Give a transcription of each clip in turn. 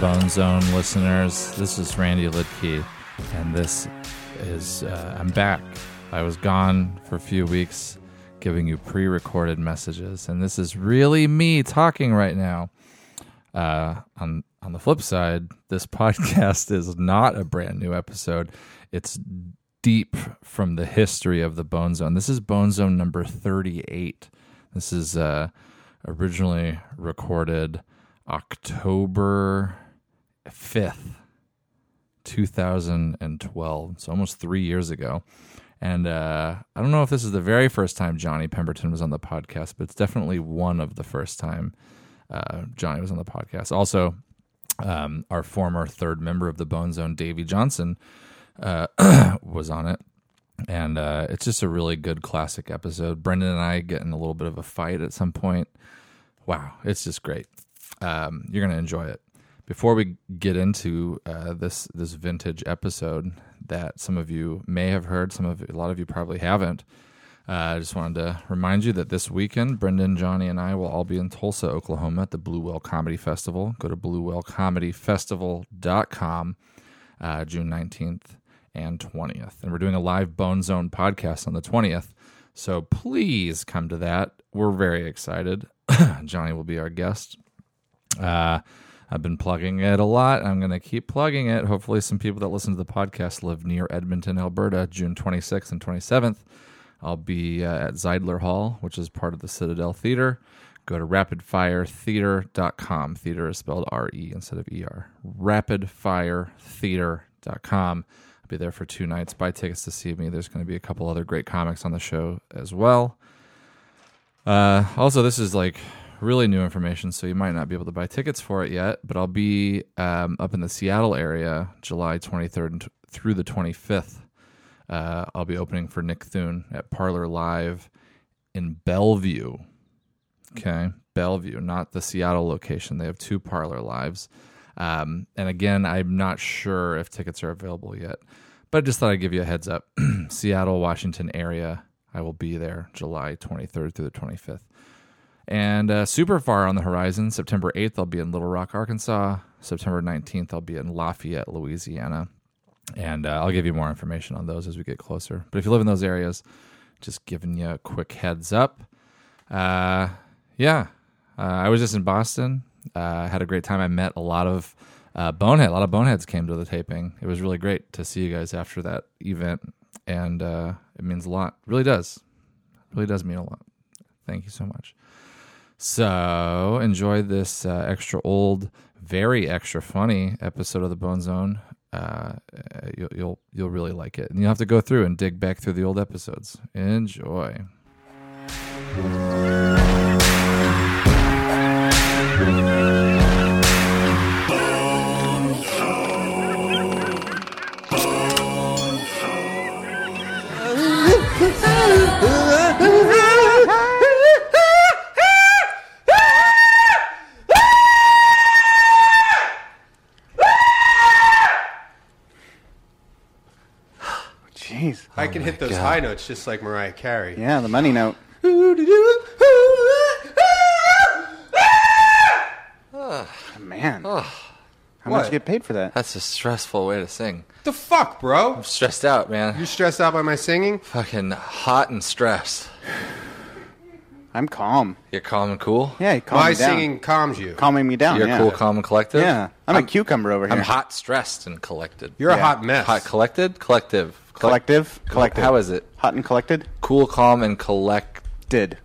Bone Zone listeners. This is Randy Lidke, and this is uh, I'm back. I was gone for a few weeks, giving you pre-recorded messages, and this is really me talking right now. Uh, on on the flip side, this podcast is not a brand new episode. It's deep from the history of the Bone Zone. This is Bone Zone number 38. This is uh, originally recorded October 5th, 2012. So almost three years ago. And uh, I don't know if this is the very first time Johnny Pemberton was on the podcast, but it's definitely one of the first time uh, Johnny was on the podcast. Also, um, our former third member of the Bone Zone, Davey Johnson, uh, was on it. And uh, it's just a really good classic episode. Brendan and I get in a little bit of a fight at some point. Wow, it's just great. Um, you're gonna enjoy it. Before we get into uh, this this vintage episode that some of you may have heard, some of a lot of you probably haven't. Uh, I just wanted to remind you that this weekend, Brendan, Johnny, and I will all be in Tulsa, Oklahoma at the Blue Well Comedy Festival. Go to bluewellcomedyfestival.com uh, June 19th and 20th. And we're doing a live Bone Zone podcast on the 20th. So please come to that. We're very excited. Johnny will be our guest. Uh, I've been plugging it a lot. I'm going to keep plugging it. Hopefully, some people that listen to the podcast live near Edmonton, Alberta, June 26th and 27th. I'll be uh, at Zeidler Hall, which is part of the Citadel Theater. Go to rapidfiretheater.com. Theater is spelled R E instead of E R. Rapidfiretheater.com. I'll be there for two nights. Buy tickets to see me. There's going to be a couple other great comics on the show as well. Uh, also, this is like really new information, so you might not be able to buy tickets for it yet. But I'll be um, up in the Seattle area July 23rd and t- through the 25th. Uh, I'll be opening for Nick Thune at Parlor Live in Bellevue. Okay, Bellevue, not the Seattle location. They have two Parlor Lives. Um, and again, I'm not sure if tickets are available yet, but I just thought I'd give you a heads up. Seattle, Washington area. I will be there July 23rd through the 25th. And uh, super far on the horizon, September 8th, I'll be in Little Rock, Arkansas. September 19th, I'll be in Lafayette, Louisiana. And uh, I'll give you more information on those as we get closer. But if you live in those areas, just giving you a quick heads up. Uh, yeah, uh, I was just in Boston. Uh, had a great time. I met a lot of uh, bonehead. A lot of boneheads came to the taping. It was really great to see you guys after that event, and uh, it means a lot. Really does. Really does mean a lot. Thank you so much. So enjoy this uh, extra old, very extra funny episode of the Bone Zone. Uh, uh, you'll, you'll you'll really like it, and you'll have to go through and dig back through the old episodes. Enjoy. Jeez. I Oh can hit those high notes just like Mariah Carey. Yeah, the money note. Man. How much What? you get paid for that? That's a stressful way to sing. The fuck, bro? Stressed out, man. You stressed out by my singing? fucking hot and stressed. I'm calm. You're calm and cool. Yeah, calm My me down. singing calms you. calming me down. You're yeah. cool, calm, and collective. Yeah, I'm, a cucumber over here. I'm hot, stressed, and collected. You're a Yeah. hot mess. hot, collected, collective, Collect- Collective. Collective. How is it? Hot and collected. Cool, calm, and collect Did.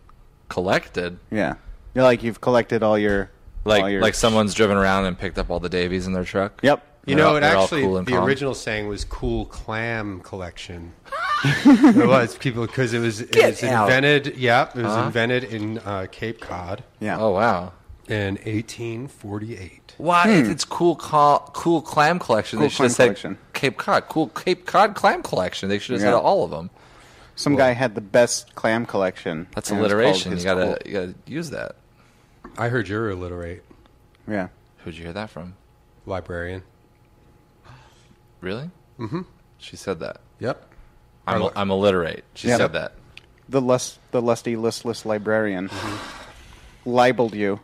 collected. Yeah. You're like you've collected all your Like all your, like someone's driven around and picked up all the Davies in their truck. Yep. you They're know, all- it they're all actually, cool and the calm. original saying was Cool Clam Collection. it was people because it was it was out. Uh-huh. invented. Yeah, it was invented in uh, Cape Cod Yeah. Oh wow. in 1848. Why it's, it's cool, cal- cool clam collection. Hmm. Cool they should have clam said collection. Cape Cod, cool Cape Cod clam collection. They should have said Yeah. all of them. Some guy had the best clam collection. Oh. That's and it was called alliteration. his You gotta cool- you gotta use that. I heard you're alliterate, Yeah. Who'd you hear that from? librarian. Really? Mm-hmm. She said that. Yep. I'm, Our- I'm illiterate. She Yeah. said that. The lust, the lusty, listless librarian Mm-hmm. libeled you.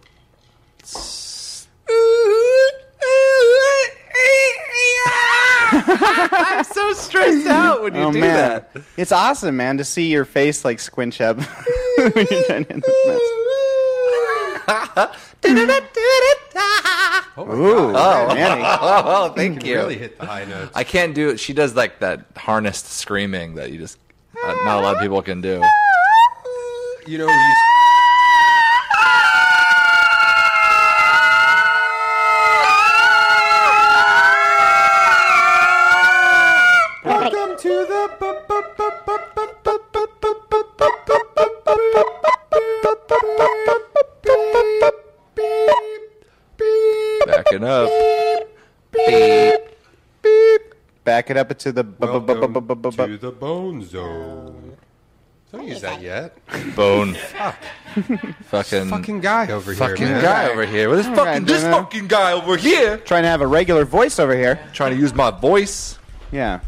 I'm so stressed out when you oh do man, that. it's awesome, man, to see your face like squinch up when you're done in this mess. Oh, my Ooh, God. Manny. Oh, thank You really hit the high notes. I can't do it. She does like that harnessed screaming that you just uh, not a lot of people can do. you know, you, welcome to the. bu- bu- bu- bu- bu- bu- bu- bu- bu- bu- bu- bu- bu- bu- Backing up. Beep. Back it up to the. bu- bu- bu- bu- bu- bu- bu- Welcome bu- to the bone zone. Don't use that yet. Bone. Fucking. Fucking guy over here, fucking man. guy over here. Well, This fucking right, this Bruno. fucking guy over here Trying to have a regular voice over here. trying to use my voice. Yeah.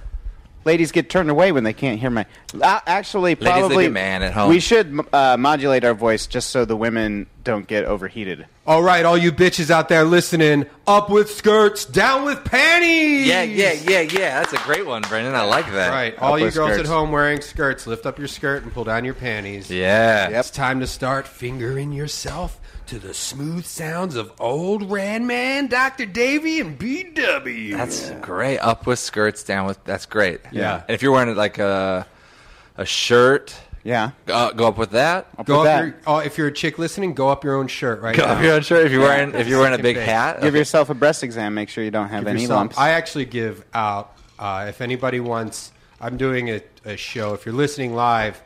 Ladies get turned away when they can't hear my. Uh, actually, Ladies, they probably get mad at home. We should uh, modulate our voice just so the women don't get overheated. All right, all you bitches out there listening, up with skirts, down with panties. Yeah, yeah, yeah, yeah. That's a great one, Brandon. I like that. All right, all you with girls at skirts. home wearing skirts, lift up your skirt and pull down your panties. Yeah. It's time to start fingering yourself to the smooth sounds of old Rand Man, Dr. Davy, and BW. That's great. Up with skirts, down with. That's great. Yeah. And if you're wearing like a a shirt, Yeah. go, go up with that. With go up that. your, oh, if you're a chick listening, go up your own shirt right Go now. up your own shirt. If you're wearing if you're wearing a big Big. hat, Give yourself a breast exam. Make sure you don't have any yourself. lumps. I actually give out. Uh, if anybody wants, I'm doing a, a show. If you're listening live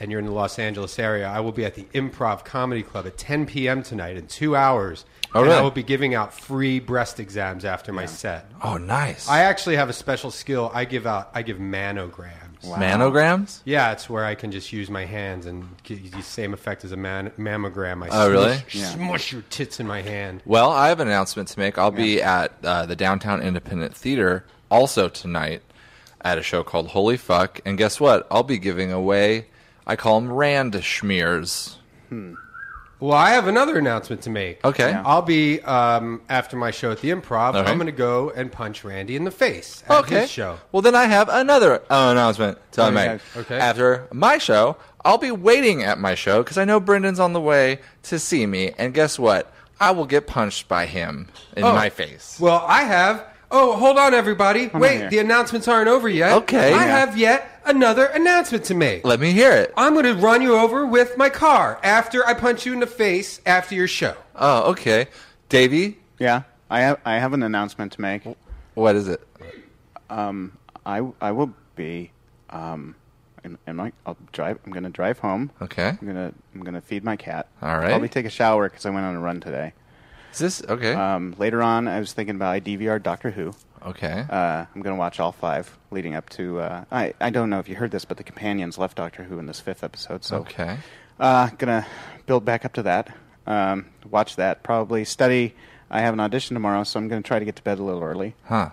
and you're in the Los Angeles area, I will be at the Improv Comedy Club at 10 p.m. tonight in two hours. Oh, and I really? will be giving out free breast exams after my set. oh nice. I actually have a special skill. I give out. I give manograms. Manograms. Yeah, it's where I can just use my hands and get the same effect as a man, mammogram. I Oh, really? smush- Smush your tits in my hand. Well, I have an announcement to make. I'll be at uh, the Downtown Independent Theater also tonight at a show called Holy Fuck. And guess what? I'll be giving away. I call them Rand schmears. Well, I have another announcement to make. Okay. Yeah. I'll be um, after my show at the Improv. right. I'm going to go and punch Randy in the face at Okay. his show. Well, then I have another uh, announcement to Okay. make. Okay. After my show, I'll be waiting at my show because I know Brendan's on the way to see me. And guess what? I will get punched by him in Oh. my face. Well, I have. Oh, hold on, everybody. here. Wait, the announcements aren't over yet. Okay. I Yeah. have yet another announcement to make. Let me hear Uh. it. I'm going to run you over with my car after I punch you in the face after your show. Oh, okay. Davey, yeah. I have. I have an announcement to make. what is it? I. I will be. Um. Am, am I? I'll drive. I'm gonna drive home. Okay. I'm gonna. I'm gonna feed my cat. All right. Probably take a shower because I went on a run today. Is this okay? Um. Later on, I was thinking about I DVR Doctor Who. okay. Uh, I'm going to watch all five leading up to. Uh, I, I don't know if you heard this, but the companions left Doctor Who in this fifth episode. So, okay. Uh, going to build back up to that. Um, watch that. Probably study. I have an audition tomorrow, so I'm going to try to get to bed a little early. Huh.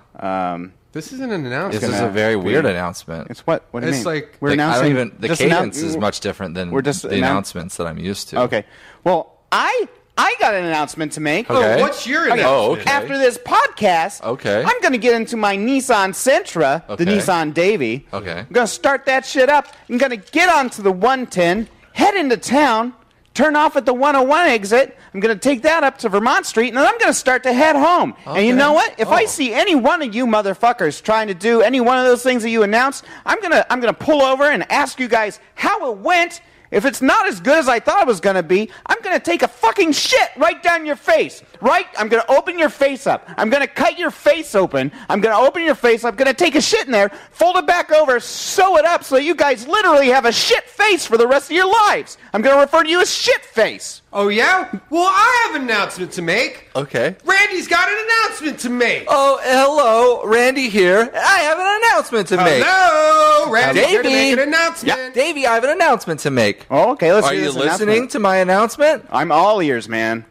This isn't an This announcement. is a gonna very be- weird announcement. It's what? What do you It's mean? like- we're Like, I announcing. don't even. The just annou- cadence is much different than We're just the annou- announcements that I'm used to. Okay. Well, I I got an announcement to make. Okay. Oh, what's your Okay. announcement? Oh, okay. After this podcast, Okay. I'm going to get into my Nissan Sentra, Okay. the Nissan Davy. Okay. I'm going to start that shit up. I'm going to get onto the 110, head into town, turn off at the 101 exit. I'm going to take that up to Vermont Street, and then I'm going to start to head home. And Okay. you know what? If I Oh. see any one of you motherfuckers trying to do any one of those things that you announced, I'm going to I'm going to pull over and ask you guys how it went. If it's not as good as I thought it was going to be, I'm going to take a fucking shit right down your face. Right? I'm going to open your face up. I'm going to cut your face open. I'm going to open your face. I'm going to take a shit in there, fold it back over, sew it up so you guys literally have a shit face for the rest of your lives. I'm going to refer to you as shit face. Oh yeah? Well, I have an announcement to make. Okay. Randy's got an announcement to make. Oh, hello, Randy here. I have an announcement to make. Hello, Randy's Oh, here to Davey. make an announcement. Yeah, Davey, I have an announcement to make. Oh, okay, let's Are hear you this listening announcement. to my announcement? I'm all ears, man.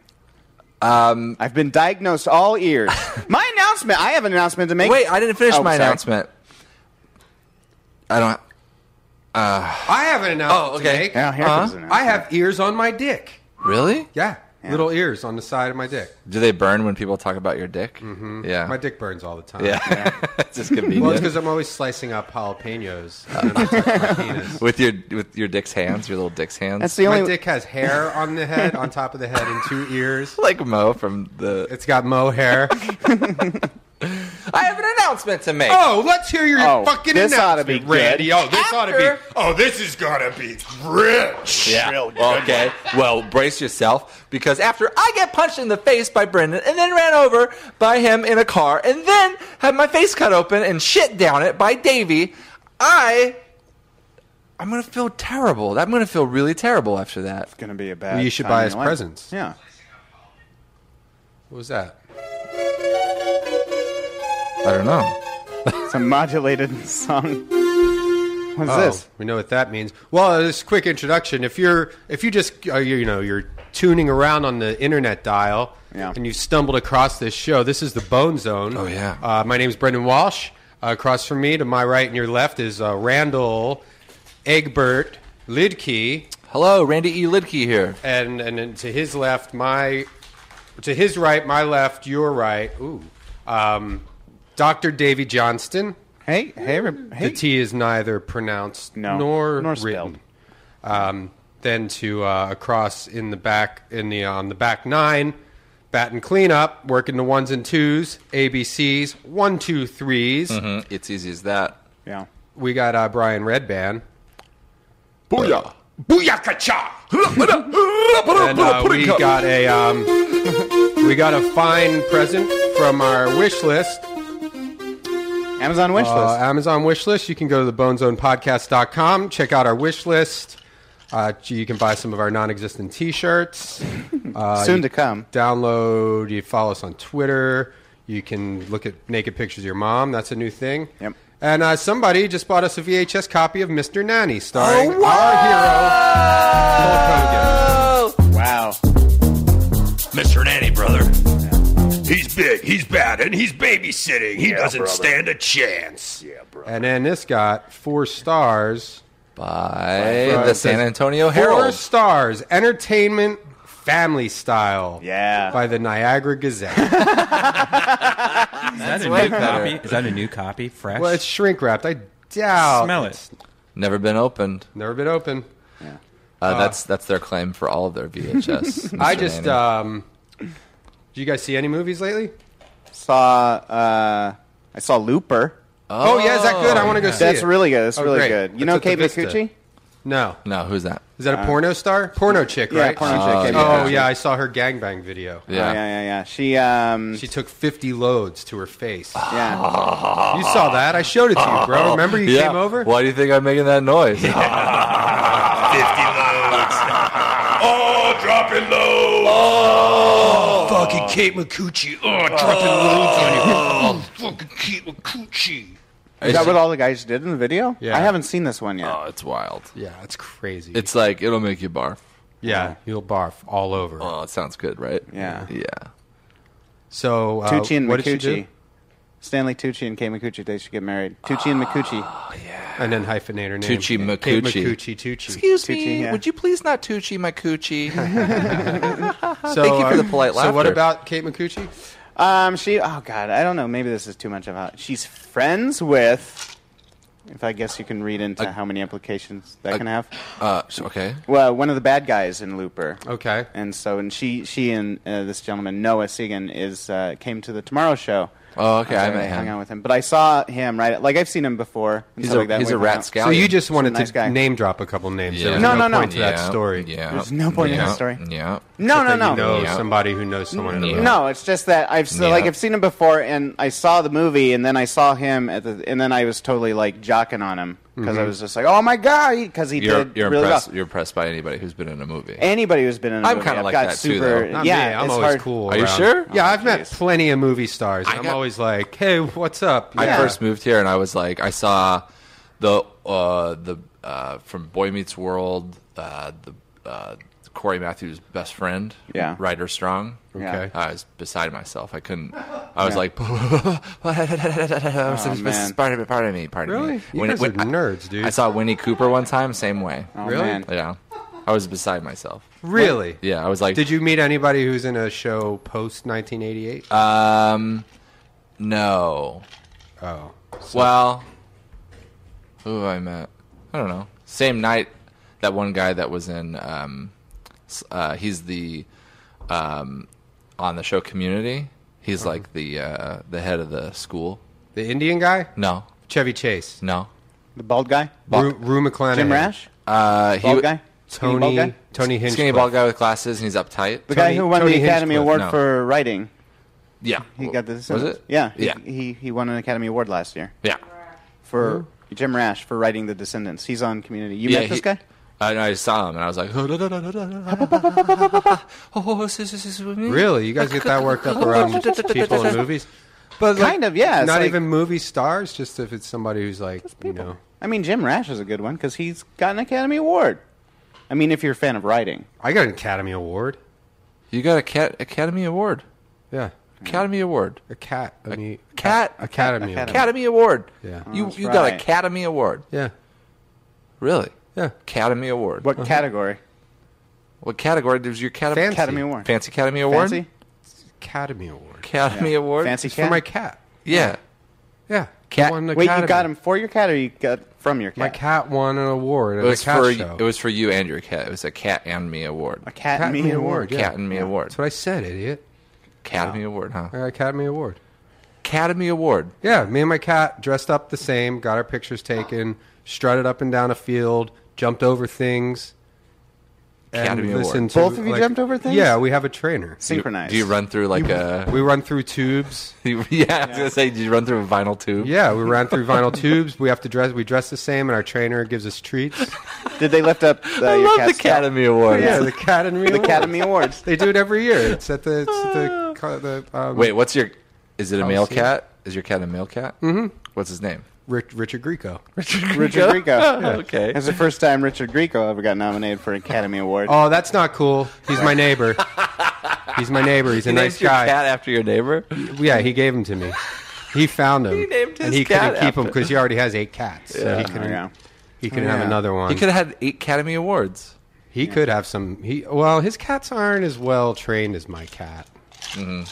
Um, I've been diagnosed all ears. my announcement. I have an announcement to make. Wait, I didn't finish Oh, my sorry. announcement. I don't. I have an announcement Oh, okay. to make. Yeah, here Huh? comes an uh-huh. I announcement. have ears on my dick. Really? Yeah. Little ears on the side of my dick. Do they burn when people talk about your dick? Mm-hmm. Yeah. My dick burns all the time. Yeah. it's just convenient. Well, it's because I'm always slicing up jalapenos. Oh. and then I touch my penis. with your with your dick's hands, your little dick's hands. That's the My only. dick has hair on the head, on top of the head, and two ears. like Mo from the. It's got mohair. I have an announcement to make. Oh, let's hear your Oh, fucking this ought to announcement, be good. Randy. Oh, this ought to After- be. Oh, this is gonna be rich. Yeah. Real good okay. Well, brace yourself because after I get punched in the face by Brendan and then ran over by him in a car and then had my face cut open and shit down it by Davey, I I'm gonna feel terrible. I'm gonna feel really terrible after that. Going to be a bad. Well, you should time in buy your us life. presents. Yeah. What was that? I don't know. It's a modulated song. What's Oh, this? we know what that means. Well, this quick introduction. If you're, if you just, uh, you, you know, you're tuning around on the internet dial, Yeah. and you've stumbled across this show, this is the Bone Zone. Oh, yeah. Uh, my name's Brendan Walsh. Uh, across from me, to my right and your left, is uh, Randall Egbert Lidkey, Hello, Randy E. Lidke here. and and then to his left, my, to his right, my left, your right. Ooh, um, Doctor Davy Johnston. Hey, hey, re- hey. The T is neither pronounced No, nor, nor spelled. written. Um, then to uh, across in the back in the on the back nine, batting cleanup, working the ones and twos, ABCs, one two threes. Mm-hmm. Mm, It's easy as that. yeah. We got uh, Brian Redban. Booyah! Booyakacha! And uh, we got a um, we got a fine present from our wish list. Amazon wish Uh, list. Amazon wish list. You can go to thebonezonepodcast.com, check out our wish list. Uh, you can buy some of our non-existent T-shirts. Uh, Soon you to come. Download. You follow us on Twitter. You can look at naked pictures of your mom. That's a new thing. Yep. And uh, somebody just bought us a VHS copy of Mr. Nanny, Oh, starring our hero Hulk Hogan. Wow. Mr. Nanny, brother. He's big, he's bad, and he's babysitting. He Yeah, doesn't brother. stand a chance. Yeah, bro. And then this got four stars. By Uh, the it says, San Antonio Four Herald. stars. Entertainment, family style. Yeah. By the Niagara Gazette. Is that a way new better. copy? Is that a new copy? Fresh? well, it's shrink wrapped. I doubt. Smell it. it's Never been opened. Never been open. Uh, that's that's their claim for all of their VHS. Mr. I just. Nanny. Um, do you guys see any movies lately? Saw. Uh, I saw Looper. Oh, yeah, is that good? I want to go see That's it. really good. That's Oh, really great. good. You That's know at the Kate Vista. Micucci? No. no, who's that? Is that a porno star? Porno chick, Uh, Yeah, right? porno She- chick, Kate Oh Micucci. yeah, I saw her gangbang video. Oh, Yeah. yeah, yeah, yeah. She. Um, She took 50 loads to her face. Ah. yeah. You saw that? I showed it to you, bro. Remember you Yeah. came over? Why do you think I'm making that noise? 50 loads. oh, dropping loads. Oh, fucking Kate McCoochie. Oh, dropping loads on you. Oh, fucking Kate McCoochie. Is that what all the guys did in the video? Yeah. I haven't seen this one yet. Oh, it's wild. Yeah, it's crazy. It's like it'll make you barf. yeah, you'll barf all over. Oh, it sounds good, right? Yeah. Yeah. so uh, Tucci and what did she Micucci. do? Stanley Tucci and Kate Micucci. They should get married. Tucci and Micucci. And then hyphenate her name. Tucci Kate Micucci. McCoochie Tucci. Excuse Tucci, me. yeah. Would you please not Tucci my coochie? So, Thank you for uh, the polite So what laughter. about Kate McCoochie? Um, she. Oh God, I don't know. Maybe this is too much of a. She's friends with. If I guess you can read into how many implications that can have. uh, so- okay. Well, one of the bad guys in Looper. Okay. And so, and she, she, and uh, this gentleman Noah Segan is uh, came to the Tomorrow Show. Oh, okay, Uh, I met him. hung out with him, but I saw him right. Like I've seen him before. and He's stuff a, like that. he's a We've hung rat out. scout. So you just wanted nice to guy. name drop a couple names. There was No, no, no. point to that Yeah, story. Yeah. There's no point in yeah. that story. Yeah. No, no, That no. You know Yeah. somebody who knows someone. Yeah. Yeah. No, it's just that I've so, Yeah. like I've seen him before, and I saw the movie, and then I saw him at the, and then I was totally like jocking on him because I was just like, oh my god, because he Mm-hmm. You're, did you're really impressed. well. You're impressed by anybody who's been in a movie. Anybody who's been in, a I'm movie, kinda I've like got that too, super. though. Not yeah, me. I'm it's always hard. cool. Are you around. sure? Yeah, I've met jeez. plenty of movie stars. I'm got- always like, hey, what's up? I Yeah. first moved here, and I was like, I saw the uh, the uh, from Boy Meets World, uh, the uh, Corey Matthews' best friend, Yeah. Ryder Strong. Okay. I was beside myself. I couldn't. I was like, oh, man. pardon me, pardon me, pardon Really? me. You guys are nerds, dude. I, I saw Winnie Cooper one time, same way. Oh, Really? man. Yeah. I was beside myself. Really? Yeah, I was like, Did you meet anybody who's in a show post 1988? um, no. oh. Well, who have I met? I don't know. Same night, that one guy that was in, um, s- uh, he's the, um, on the show Community. He's Uh-huh. like the uh, the head of the school. The Indian guy? No, Chevy Chase. no. The bald guy? Rue, Rue McClanahan. Jim Rash? Uh, he Bald w- guy? Skinny bald Tony, guy? Tony Hinchcliffe. skinny bald guy with glasses, and he's uptight. The guy Tony- who won Tony the Academy Hinchcliffe, Award no. for writing. Yeah, He got the Was Simmons. it? Yeah. he- yeah, He, he won an Academy Award last year yeah. for Jim Rash for writing The Descendants. He's on Community. You yeah, met this he- guy? I, I saw him and I was like, Oh, Really? You guys get that worked up around people in movies? But like, Kind of, yeah, it's Not like- even movie stars, just if it's somebody who's like, you know. I mean, Jim Rash is a good one because he's got an Academy Award. I mean, if you're a fan of writing. I got an Academy Award. You got a cat Academy Award. Yeah. Academy Award. A cat. I mean, Cat Academy. Academy. Award. Academy Award. Yeah. Oh, you that's you got right. Academy Award. Yeah. Really? Yeah. Academy Award. What category? What category does your cat- Fancy. Academy Award. Uh-huh. Fancy Academy Award? Fancy? Academy Award. Academy Award. Fancy For cat? my cat. Yeah. Yeah. Cat- Won an Wait, you Academy. got him for your cat or you got from your cat? My cat won an award It at was a cat for show. it was for you and your cat. It was a cat and me award. Academy Academy Award. Award, yeah. Cat and me award. That's what I said, idiot. Academy Award, huh? I got Academy Award. Academy Award. Yeah, me and my cat dressed up the same, got our pictures taken, strutted up and down a field, jumped over things. Academy Award. listened Both of you jumped over things? Yeah, we have a trainer. Synchronized. Do you run through like a We run through tubes. yeah, I was gonna say, did you run through a vinyl tube? Yeah, we ran through vinyl tubes. We have to dress. We dress the same, and our trainer gives us treats. Did they lift up uh, I your love the cat's tail? Academy Award. Yeah, the cat and me. The Academy Awards. They do it every year. It's at the. It's at Ah. the, co- the um, Wait, what's your? Is it a male see. cat? Is your cat a male cat? Mm-hmm. What's his name? Rich, Richard Grieco. Richard Grieco. Okay. That's the first time Richard Grieco ever got nominated for an Academy Award. Oh, that's not cool. He's my neighbor. He's my neighbor. He's a You nice named guy. Your cat after your neighbor. Yeah, he gave him to me. He found him. He named his and he cat couldn't keep after- Oh, him because he already has eight cats. So he There couldn't. you go. He couldn't Yeah. have another one. He He, could have had eight Academy Awards. could have some. He well, his cats aren't as well trained as my cat. Mm-hmm.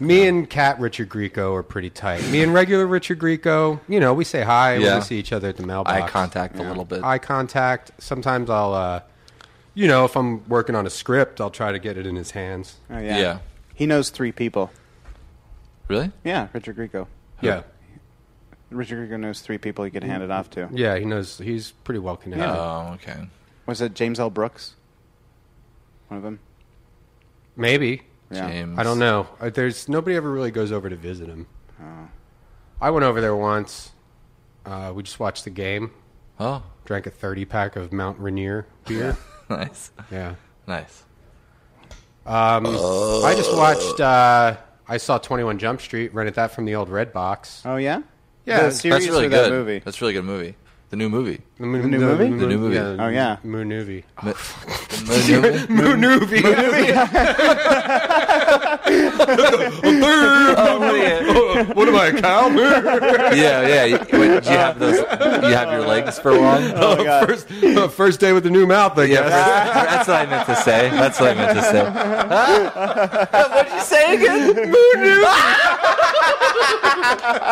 Me and Cat Richard Grieco are pretty tight. Me and regular Richard Grieco, you know, we say hi when Yeah. we see each other at the mailbox. Eye contact a little bit. Eye contact. Sometimes I'll, uh, you know, if I'm working on a script, I'll try to get it in his hands. Oh, yeah. yeah. He knows three people. Really? Yeah, Richard Grieco. Yeah, Richard Grieco knows three people he could hand it off to. yeah. He knows. He's pretty well connected. Oh, okay. Was it James L. Brooks? One of them? Maybe. Yeah. James. I don't know. Uh, There's nobody ever really goes over to visit him. I went over there once. Uh, we just watched the game. Oh, Drank a 30 pack of Mount Rainier beer. nice, yeah. nice. I just watched. Uh, I saw 21 Jump Street. Rented that from the old Red Box. Oh, yeah? Yeah, The that's series That's really or good. that movie? That's a really good movie. The new movie. The, mo- new movie? The new movie. the Oh, yeah. Moon movie. Mi- the new movie? Moon movie. Oh, what am I, a cow? yeah, yeah. Wait, do you have those? You have your legs for long. Oh, my God. first, uh, first day with the new mouth, I Yeah, guess. that's what I meant to say. That's what I meant to say. What'd you say again? Moon news. why,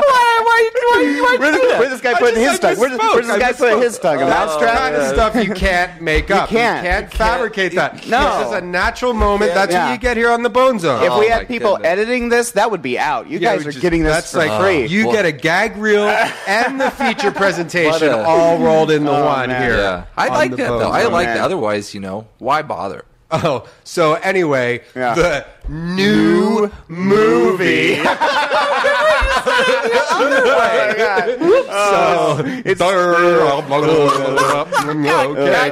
why, why, Where's this, where's this guy putting his just- I tongue? just Where's, spoke. where's this I guy just putting spoke. his tongue? A That's mousetrap? kind of stuff you can't make up. can't. You can't You fabricate that. No. This is a natural moment. That's Yeah. what you get here on the Bone Zone. If we Oh, my had people goodness. editing this, that would be out. You Yeah, guys we are just- getting this that's for like- free. you Well- get a gag reel and the feature presentation What a- all rolled into one Oh, man. here. Yeah, I on like the that Bone though. I Zone. like man. that. Otherwise, you know, why bother? Oh, so anyway, Yeah. the new movie. So, it's I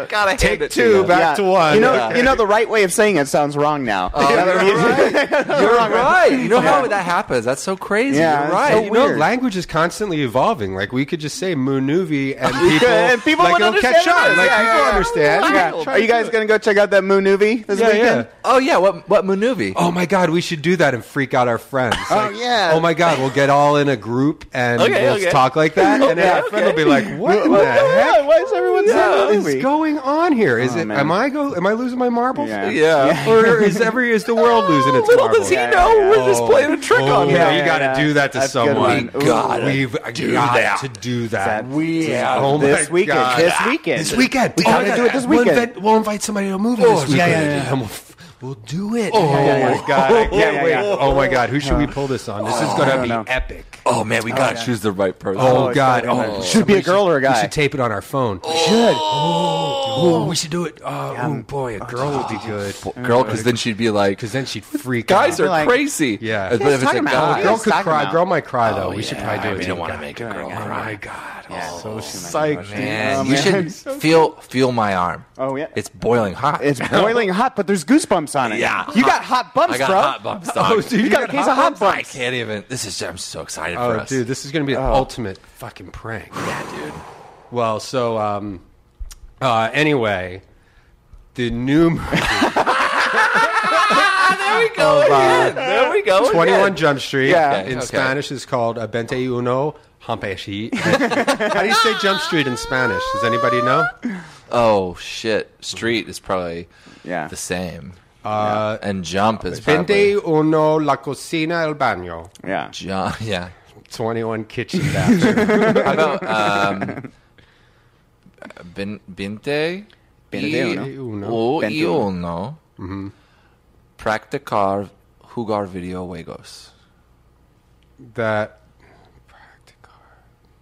gotta hand Uh, Take it to two you. back Yeah. to one. Oh. You know, you know the right way of saying it sounds wrong now. Oh, You're right. You know how that happens. That's so crazy. Yeah, You're it's right. so you You know, know, weird. language is constantly evolving. Like we could just say "moon movie" and people, Yeah, and people like would it'll catch understand what it on. is. Like Yeah, people yeah, yeah. understand. Yeah. Try Are you to do guys it. going to go check out that Moon movie this Yeah, yeah. weekend? oh yeah, what what Manuvi? oh my god, we should do that and freak out our friends. Oh, yeah. Oh my god, we'll get all in a group and Okay, we'll okay. talk like that, and then our friend will be like, "What in the heck Why is everyone so is going on here? Is it? man. Am I go? Am I losing my marbles? Yeah. Oh, Yeah. Or is every is the world losing its Little marbles? does he Yeah, know yeah, we're Oh, just playing a trick oh, on him. yeah, him. you got to Yeah, do that to that's a good someone. one. We Ooh. gotta We've do got that. to do That that. we Yeah. oh this my weekend. God. This weekend. This weekend. We Oh my gotta God. do it this We'll weekend. invite- We'll invite somebody to a movie this weekend. And we'll, f- we'll do it. Oh, my God. I can't Yeah, yeah, wait. yeah. Oh, Oh, my God. Who should we pull this on? This is going I to don't be know. epic. Oh man, we gotta choose the right person. Oh, it's God. gotta be Oh, epic. Should be a somebody girl or a We guy. should tape it on our phone. We should. Oh, we should do it. Oh, ooh, boy, a girl would be good. Oh. girl, because then she'd be like, Because then she'd freak "Guys out. are like- crazy." Yeah. but Yeah, if it's "Oh, a talking about guy, it. Girl could Talking cry. about- Girl might cry, though. Oh, we should yeah, probably do it. We too. don't want to make a girl Oh, cry. my God. Yeah. Oh, so Oh, psyched. Man, Oh, you man. should feel feel my arm. Oh, yeah. it's boiling hot. It's boiling hot, but there's goosebumps on it. Yeah. You got hot bumps, I got bro. Oh, hot bumps. Oh, dog. You got a case of hot I bumps. can't even. This is. I'm so excited for Oh, us. dude, this is going to be the ultimate fucking prank. Yeah, dude. Well, so um, uh, anyway, the new movie, we go again. There we go. Twenty One Jump Street Oh, Yeah. Okay, in okay. Spanish is called Abente Uno Hampeshi. How do you say Jump Street in Spanish? Does anybody know? Oh shit! Street is probably Yeah. the same, Uh, and jump is probably Abente Uno La Cocina El Baño. Yeah. jump. Yeah. Twenty One Kitchen Bathroom. How about um, ben, binte? Binte y uno. o Bente y uno. Practicar jugar videojuegos. that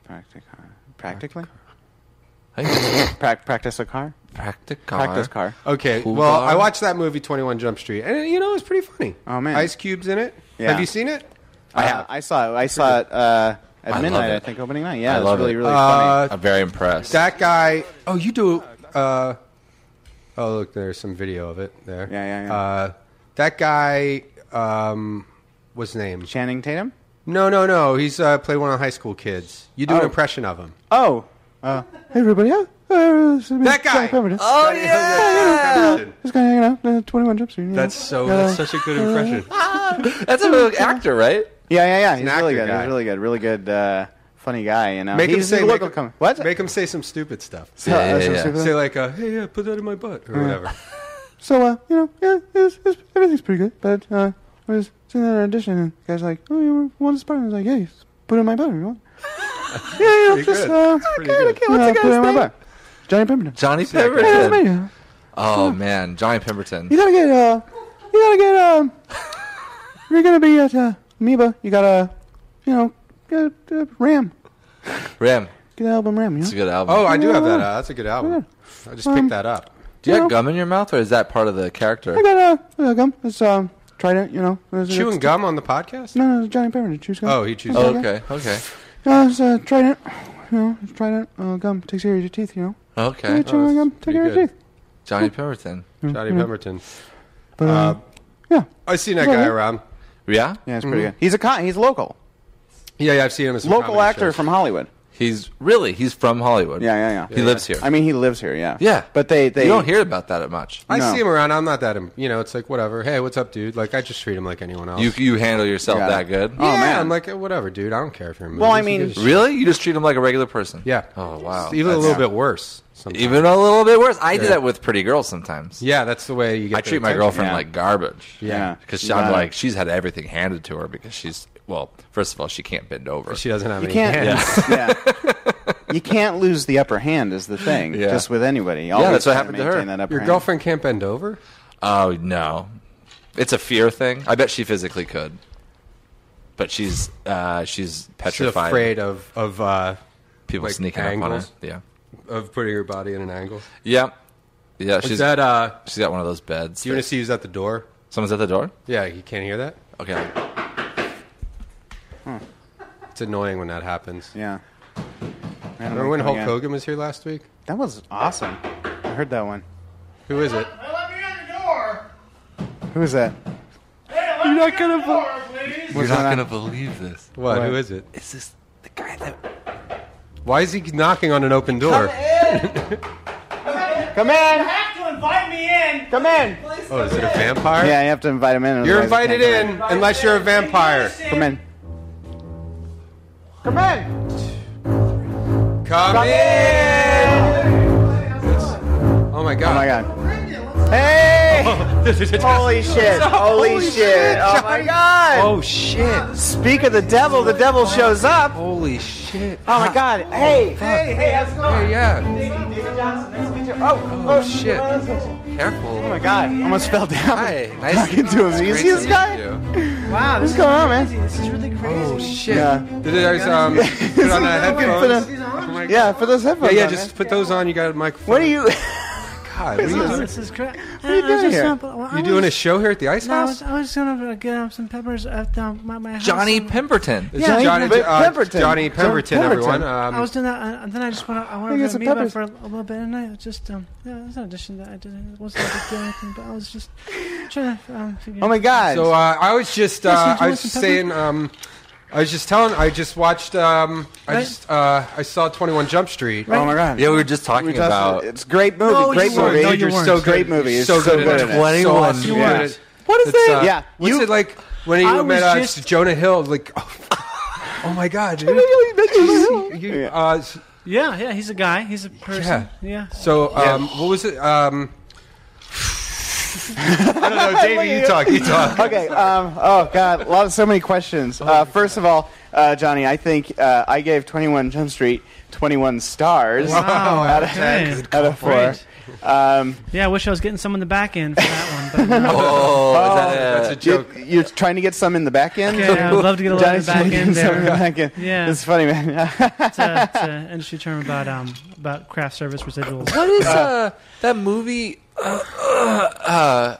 Practic- Practically? Hey, Prac practice a car? practicar. Practice car. Okay, Who well, got- I watched that movie Twenty One Jump Street, and you know it's pretty funny. Oh, man. Ice Cube's in it. Yeah. Have you seen it? I have. Uh, I saw it. I saw it uh, at I love midnight, it. I think, opening night. Yeah, I it love was really, it. really funny. Uh, I'm very impressed. That guy. Oh, you do. Uh, oh, look, there's some video of it there. Yeah, yeah, yeah. Uh, that guy. Um, what's his name? Channing Tatum? No, no, no. He's uh, played one of the high school kids. You do an Oh. impression of him. Oh. Uh, hey, everybody. Yeah. Uh, this is me, That guy! Jack Pemberton. oh yeah, Just kind of hanging out. Uh, 21 Jump Street. you know. That's so. That's such a good impression. that's a real actor, right? Yeah, yeah, yeah. He's an really actor good. guy. He's really good. Really good, uh, funny guy, you know. Make He's him he's say a make local him- com- What? Make him say some stupid stuff. Uh, Yeah, yeah, some yeah. stupid- Say like, uh, "Hey, yeah, put that in my butt" or whatever. So, uh, you know, yeah, it's, it's, everything's pretty good. But uh, I was sitting at an audition, and the guy's like, "Oh, you were one spot." And I was like, "Yeah, you s- put it in my butt if you want." yeah, yeah, Pretty just good. uh, It's pretty good. yeah, put it in my butt. Johnny Pemberton. Johnny Yeah, that's me. Pemberton. yeah. Oh man, Johnny You Pemberton. gotta get uh, you gotta get um, you're gonna be at uh, Amoeba. You gotta, you know, get uh, Ram. Ram, Get the album Ram. You it's a know? good album. Oh, I do have that. Uh, that's a good album. I just Um, picked that up. do you have gum in your mouth, or is that part of the character? I got uh, uh, gum. It's um, Trident. You know, it's- it's- Chewing gum on the podcast? No, no, it's Johnny Pemberton. Choose gum. Oh, he chooses. Oh, okay, okay, Uh, it's a trident. You know, it's trident uh, gum. Takes care of your teeth, you know. okay. Chew on gum. Take care of your pretty teeth. Johnny Pemberton. Johnny Mm-hmm. Pemberton. But, Uh, uh, yeah. I've seen that guy around. Yeah, Yeah, it's pretty good. He's a con- he's local. Yeah, yeah, I've seen him. in some Local Mm-hmm. comedy actor shows. from Hollywood. he's really he's from Hollywood. Yeah, yeah, yeah. He lives here. I mean, he lives here, yeah. Yeah, But they, they you don't hear about that much. I No. see him around. I'm not that, you know, it's like, whatever. Hey, what's up, dude? Like, I just treat him like anyone else. You you handle yourself Got that it. good? yeah, Oh, man. I'm like, eh, whatever, dude. I don't care if you're in Well, I movies. mean- Who gives a shit? Really? You just treat him like a regular person? Yeah. Oh wow. It's even a That's- little bit worse. Sometimes. even a little bit worse. I do Yeah. that with pretty girls sometimes. Yeah, that's the way you get I their treat my attention. girlfriend Yeah. like garbage. Yeah. Because Yeah. I'm like she's had everything handed to her because she's well, first of all, she can't bend over. She doesn't have You any can't. hands. Yeah. You can't lose the upper hand is the thing. Yeah. Just with anybody. Always that's what try happened to her. maintain That upper Your hand. girlfriend can't bend over? oh no. It's a fear thing. I bet she physically could. But she's uh she's She's petrified afraid of, of, uh, people like, sneaking angles. up on her. of putting her body in an angle. Yeah. Yeah. Yeah, Is she's that, uh, she's got one of those beds. do you want that- to see who's at the door? Someone's at the door? Yeah, you can't hear that? Okay. It's annoying when that happens. Yeah. Remember when Hulk Yeah. Hogan was here last week? That was awesome. I heard that one. Who is it? Who was that? You're not gonna. You're that? not gonna believe this. What? What? Who is it? Is this the guy that Why is he knocking on an open door? Come in. have to invite me in. Come in. Place Oh, is it a vampire? Yeah, you have to invite him in. You're otherwise he invited can't in unless you're a vampire. Come in. Come in. Come in. Oh my Oh my god. god. Hey! Holy shit! Holy shit! Oh my god! Oh shit. Speak of the devil, the devil shows up. Oh Holy shit. my god! Hey! Hey! Hey! How's it Hey, going? yeah. David Johnson, nice to meet you. Oh! Oh shit. Oh Careful. my god! Almost fell down. Hi. Nice Talking to him. You great see this meet guy? you. Wow, What's this going on, man? is really Oh crazy. shit. Yeah. There's um put on Look at- uh, put headphones. a- Oh my god. Yeah, put those Yeah, headphones yeah, on, just man. put those on. You got a microphone. What are you? God, what are you Oh, doing? this is crazy. What are you doing here? You doing a show here at the Ice No, I House? was, I was gonna get um, some peppers at um, my, my house. Johnny and- Pemberton. This is Yeah. Johnny, Pe- uh, Pemberton. Johnny John Pemberton, Pemberton. everyone. Um, I was doing that, uh, and- and then I just want to. I Let me wanted get to some meet him peppers. for a little bit, and I just um, yeah, it was an audition that I didn't. It wasn't a big deal or anything, but I was just trying to um, figure. Oh my god! so uh, I was just, Yes, uh, I would you want was some just saying, um, I was just telling, I just watched, um, I Right. just, uh, I saw 21 Jump Street. oh my god! Yeah, we were just talking We talked about. It's a great movie. Oh, No, you great weren't. movie. No, you are weren't. so good. Great movie. You're It's so, so good, good in at it. it. So 21 awesome. You good weren't. at it. What is It's, uh, that? Yeah. What's you- it like when you I met uh, was just- Jonah Hill? Like, oh, oh my god, dude. You, uh, s- Yeah, yeah, he's a guy. He's a person. Yeah. so um, what was it? Um, I don't know, Davey. You talk. You talk. okay. Um, oh God, a lot of so many questions. Uh, first of all, uh, Johnny, I think uh, I gave 21 Jump Street 21 stars Wow. Oh, out, of, okay. out of four. Great. Um, Yeah, I wish I was getting someone in the back end for that one. But, Oh, is that That's it? a you, joke. you're trying to get some in the back end. yeah, I would love to get a little in Johnny's the back trying to end get some in the there. back end. Yeah. It's funny, man. It's a- it's an industry term about um about craft service residuals. What is uh, that movie? Uh, uh, uh,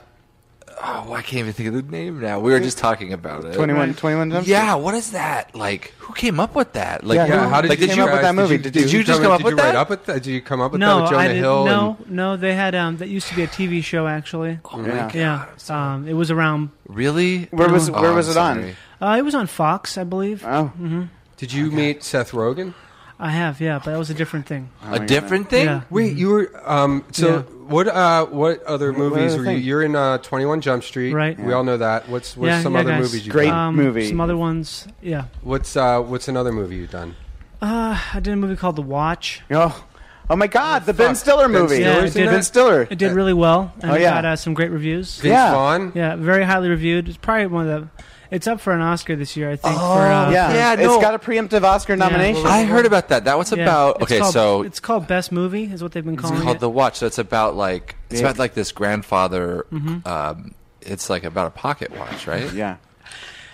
oh, I can't even think of the name now. We were just talking about it. 21, 21 Jump Street. Yeah, what is that? Like, who came up with that? Like, Yeah, who- Yeah, how did like, you did came you- up with that movie? Did you just come up with Did you write that? up with that? Did you come up with that No, with Jonah I didn't. Hill? and- No, no, they had um that used to be a TV show actually. Yeah. yeah, um, it was around. Really? Where was Oh, where I'm was it on? sorry. Uh, it was on Fox, I believe. Oh, Did you meet Seth Rogen? I have, yeah, but that was a different thing. Oh a different thing? Yeah. Wait, you were um. So Yeah. what? Uh, what other movies other were you? thing? You're in uh, Twenty One Jump Street, Right. We all know that. What's what's yeah, some yeah, other guys. movies you've Great done? um, movie. Some other ones, yeah. What's uh what's another movie you've done? Uh, I did a movie called The Watch. oh, oh my God! The Ben fuck. Stiller Ben movie. Stiller's Yeah, I in did. ben Stiller. It did really well, and Oh, it yeah. got uh, some great reviews. Vince Yeah. Vaughn. Yeah, very highly reviewed. It's probably one of the. It's up for an Oscar this year, I think. for, uh, Yeah, Yeah, it's no. got a preemptive Oscar nomination. I heard about that. That was yeah. about. It's Okay, called- so it's called Best Movie, is what they've been calling It's called it. The Watch. So it's about like it's Yeah. about like this grandfather. Mm-hmm. Um, it's like about a pocket watch, right? Yeah.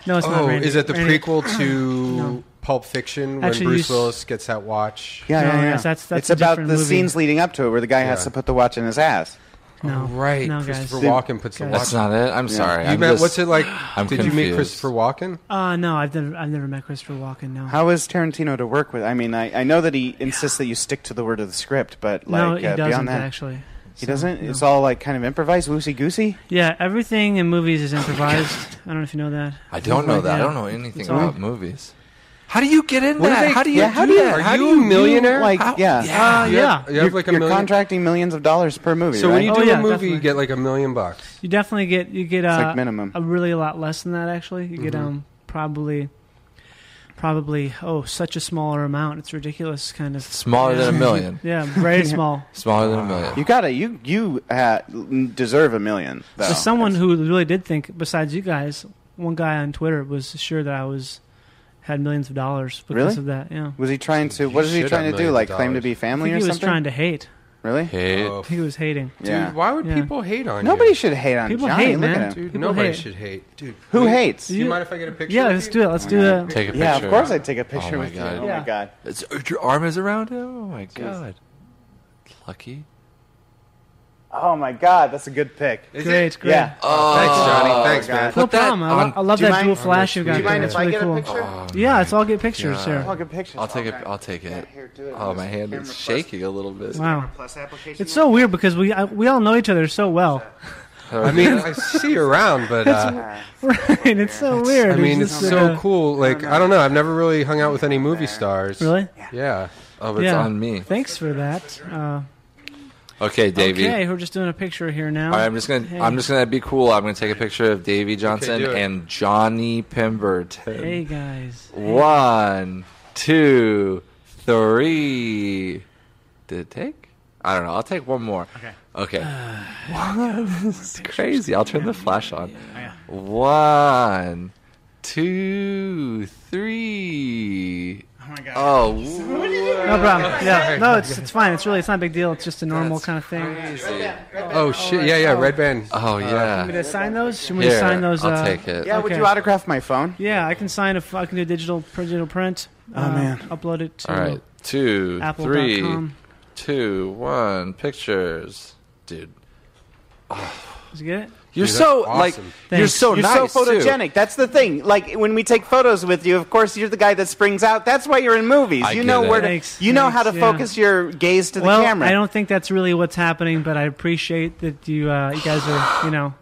no, it's not. Oh, Randy- is it the Randy- prequel to Pulp Fiction when Actually, you Bruce s- Willis gets that watch? Yeah, No, yeah, yeah. yes, that's- it's that's a about the different movie. scenes leading up to it where the guy has Yeah. to put the watch in his ass. No, Right. No, guys. Christopher Walken puts the watch. That's not it. I'm sorry. you I'm met just- what's it like? I'm did you meet confused. Christopher Walken? Uh, no, I've never, I've never met Christopher Walken. No, How is Tarantino to work with? I mean, I, I know that he insists that you stick to the word of the script, but like no, he uh, doesn't beyond that, actually. he So, doesn't. no. It's all like kind of improvised, loosey goosey. Yeah, everything in movies is improvised. I don't know if you know that. I don't know that. I Yeah. don't know anything It's all- about movies. How do you get in What do that? they- how do you? yeah, do how do you- that? Are you a millionaire? Like, Oh, yeah, Uh, You yeah, have- you have like a you're million. contracting millions of dollars per movie. so right? when you Oh, do yeah, a movie, you definitely. get like a million bucks. you definitely get you get uh, like minimum. Mm-hmm. a really a lot less than that. Actually, you get um probably probably oh such a smaller amount. It's ridiculous, kind of Smaller than a million. Yeah, very small. Smaller than a million. you gotta you you uh, deserve a million. Though. There's someone who really did think, besides you guys, one guy on Twitter was sure that I was had millions of dollars because Really? of that. Yeah, was he trying to? What is he should trying have to do? millions Like of claim to dollars. be I family think or he was something? trying to hate. really? Hey, Oh, He was hating. dude, yeah. why would Yeah. people hate on Nobody you? should hate on People Johnny. hate, Look at man. him. Dude, people nobody hate. should hate. Dude, Who we- hates? Do you You- mind if I get a picture? Yeah, of let's you? do it. Let's do the. take a picture. Yeah, of course I'd take a picture my with God. you. Oh my Yeah. god. It's, your arm is around him. Oh my god. Lucky. Oh my god, that's a good pick. Is it? Great, great. Yeah. Thanks, Johnny. Thanks, God. man. No Put that problem. I, on- lo- I love Do you that mind- dual flash you've got. Do you mind if there. It's I really get cool. a picture? Yeah, it's all get pictures I'll there. get pictures. Oh. I'll take it. Okay. I'll take it. Here, do it. Oh, my There's hand camera is plus- shaking a little bit. Wow, Plus application. it's so weird because we I, we all know each other so well. I mean, I see you around, but uh, Right? It's so weird. I mean, it's just, so uh, cool. Like, I don't know. I've never really hung out with any movie stars. Really? Yeah. Oh, it's Yeah. on me. Thanks for that. Uh, Okay, Davey. Okay, we're just doing a picture here now. All right, I'm just gonna Hey. I'm just gonna be cool. I'm gonna take a picture of Davy Johnson do it. and Johnny Pemberton. Hey guys. One, two, three. Did it take? I don't know. I'll take one more. Okay. Okay. Wow, this is crazy. I'll turn the flash on. Oh, One, two, three. Oh my god. Oh, No problem. Yeah. No, it's it's fine. It's really it's not a big deal. It's just a normal kind of thing. crazy. Oh shit! Yeah, yeah. Red band. Oh Want yeah. me to sign those? Should we Here, sign those? I'll uh, take it. Yeah, would Okay. you autograph my phone? Yeah, I can sign if I can do digital digital print. Oh man. upload it to All right, two, Apple dot three, com. two, one. Pictures, dude. Did you get it? You're Dude, so that's like awesome. you're Thanks. so You're nice so Too. photogenic. That's the thing. Like when we take photos with you, of course you're the guy that springs out. That's why you're in movies. I you get know it. where to, Thanks. you know how to Thanks, yeah. focus your gaze to the well, camera. I don't think that's really what's happening, but I appreciate that you uh, you guys are you know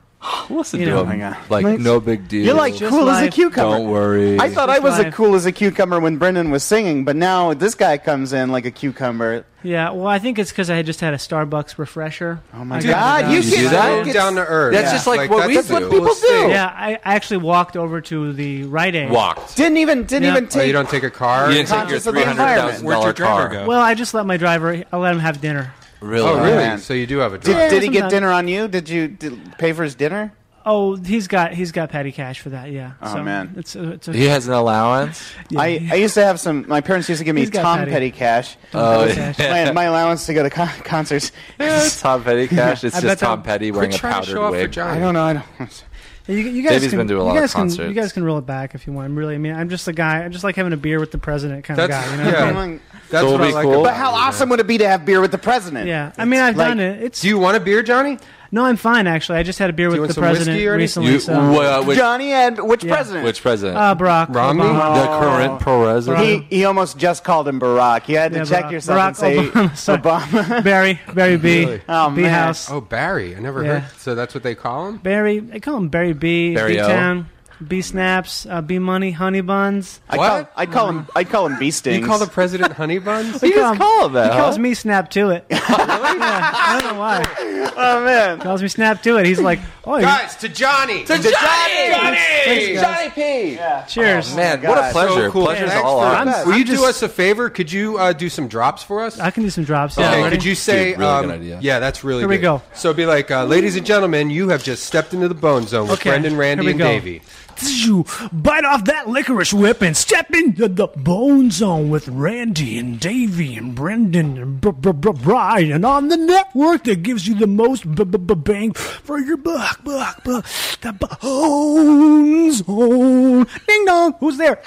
Listen You to know. him. Oh my God. Like Nice. no big deal. you're like Just cool as a live. cucumber. don't worry. I thought Just I was as live. cool as a cucumber when Brendan was singing, but now this guy comes in like a cucumber. yeah. Well, I think it's because I had just had a Starbucks refresher. Oh my God, you You do can't that? don't Go get- down to earth. That's just like what we- that's the what people coolest do. thing. Yeah, I, I actually walked over to the Rite Aid. walked. Didn't even didn't Yeah. even Oh, you take. don't take a car. You didn't take your Conscious of three the hundred environment. thousand Where'd dollar your driver go? car. Well, I just let my driver. I let him have dinner. Really? Oh, really? man. So you do have a driver. did, did he get sometimes. dinner on you? Did you did, pay for his dinner? Oh, he's got he's got petty cash for that. Yeah. Oh, so man. it's uh, it's a, He has an allowance. I, I used to have some. My parents used to give me He's got Tom Petty. Petty cash. Oh, petty yeah. cash. my, my allowance to go to con- concerts. It's Tom Petty cash. It's I just bet Tom that- Petty wearing a powdered wig. I don't know. I don't. You, you guys Davey's can, been to a you lot of guys can- concerts. you guys can roll it back if you want. Really, I mean, I'm just a guy. I'm just like having a beer with the president kind That's of guy. You know? yeah. Come on. That's So what I be like cool. about But how you, man. awesome would it be to have beer with the president? Yeah, I mean, I've Like- done it. It's Do you want a beer, Johnny? no, I'm fine actually. I just had a beer want with the some whiskey president or anything? recently. You, so, well, which, Johnny and which president? which president? uh, Barack Romney? Obama. the current president. he he almost just called him Barack. You had to Yeah, check Barack- yourself Barack and say Obama, sorry. Obama. Barry, Barry B, Really? Oh, B man. House, Oh, Barry. I never Yeah. heard. So that's what they call him. Barry. I call him Barry B, Barry B O. Town, B Snaps, uh, B Money, Honey Buns. I What? call I call him I call him Bee You Stings. call the president honey buns? We You just him- call him that, He calls huh? me Snap to it. Yeah, I don't know why. He oh man. calls me Snap to it. He's like, oh, Guys, to Johnny. To Johnny. Thanks, guys. Johnny P. cheers. Man, Oh, what a God. pleasure! So cool. Pleasure's Thanks all for- ours. I'm- Will you I'm do just- us a favor? Could you uh, do some drops for us? I can do some drops. Okay, Yeah, Hey, ready? could you say? Dude, really um, good idea. Yeah, that's really. Here we good. go. So be like, uh, ladies and gentlemen, you have just stepped into the bone zone with Okay, Brendan, Randy, here we and go. Davey. You bite off that licorice whip and step into the bone zone with Randy and Davey and Brendan and Br- Br- Br- Brian on the network that gives you the most b- b- b- bang for your buck, buck, buck. The bone zone. Ding dong, who's there?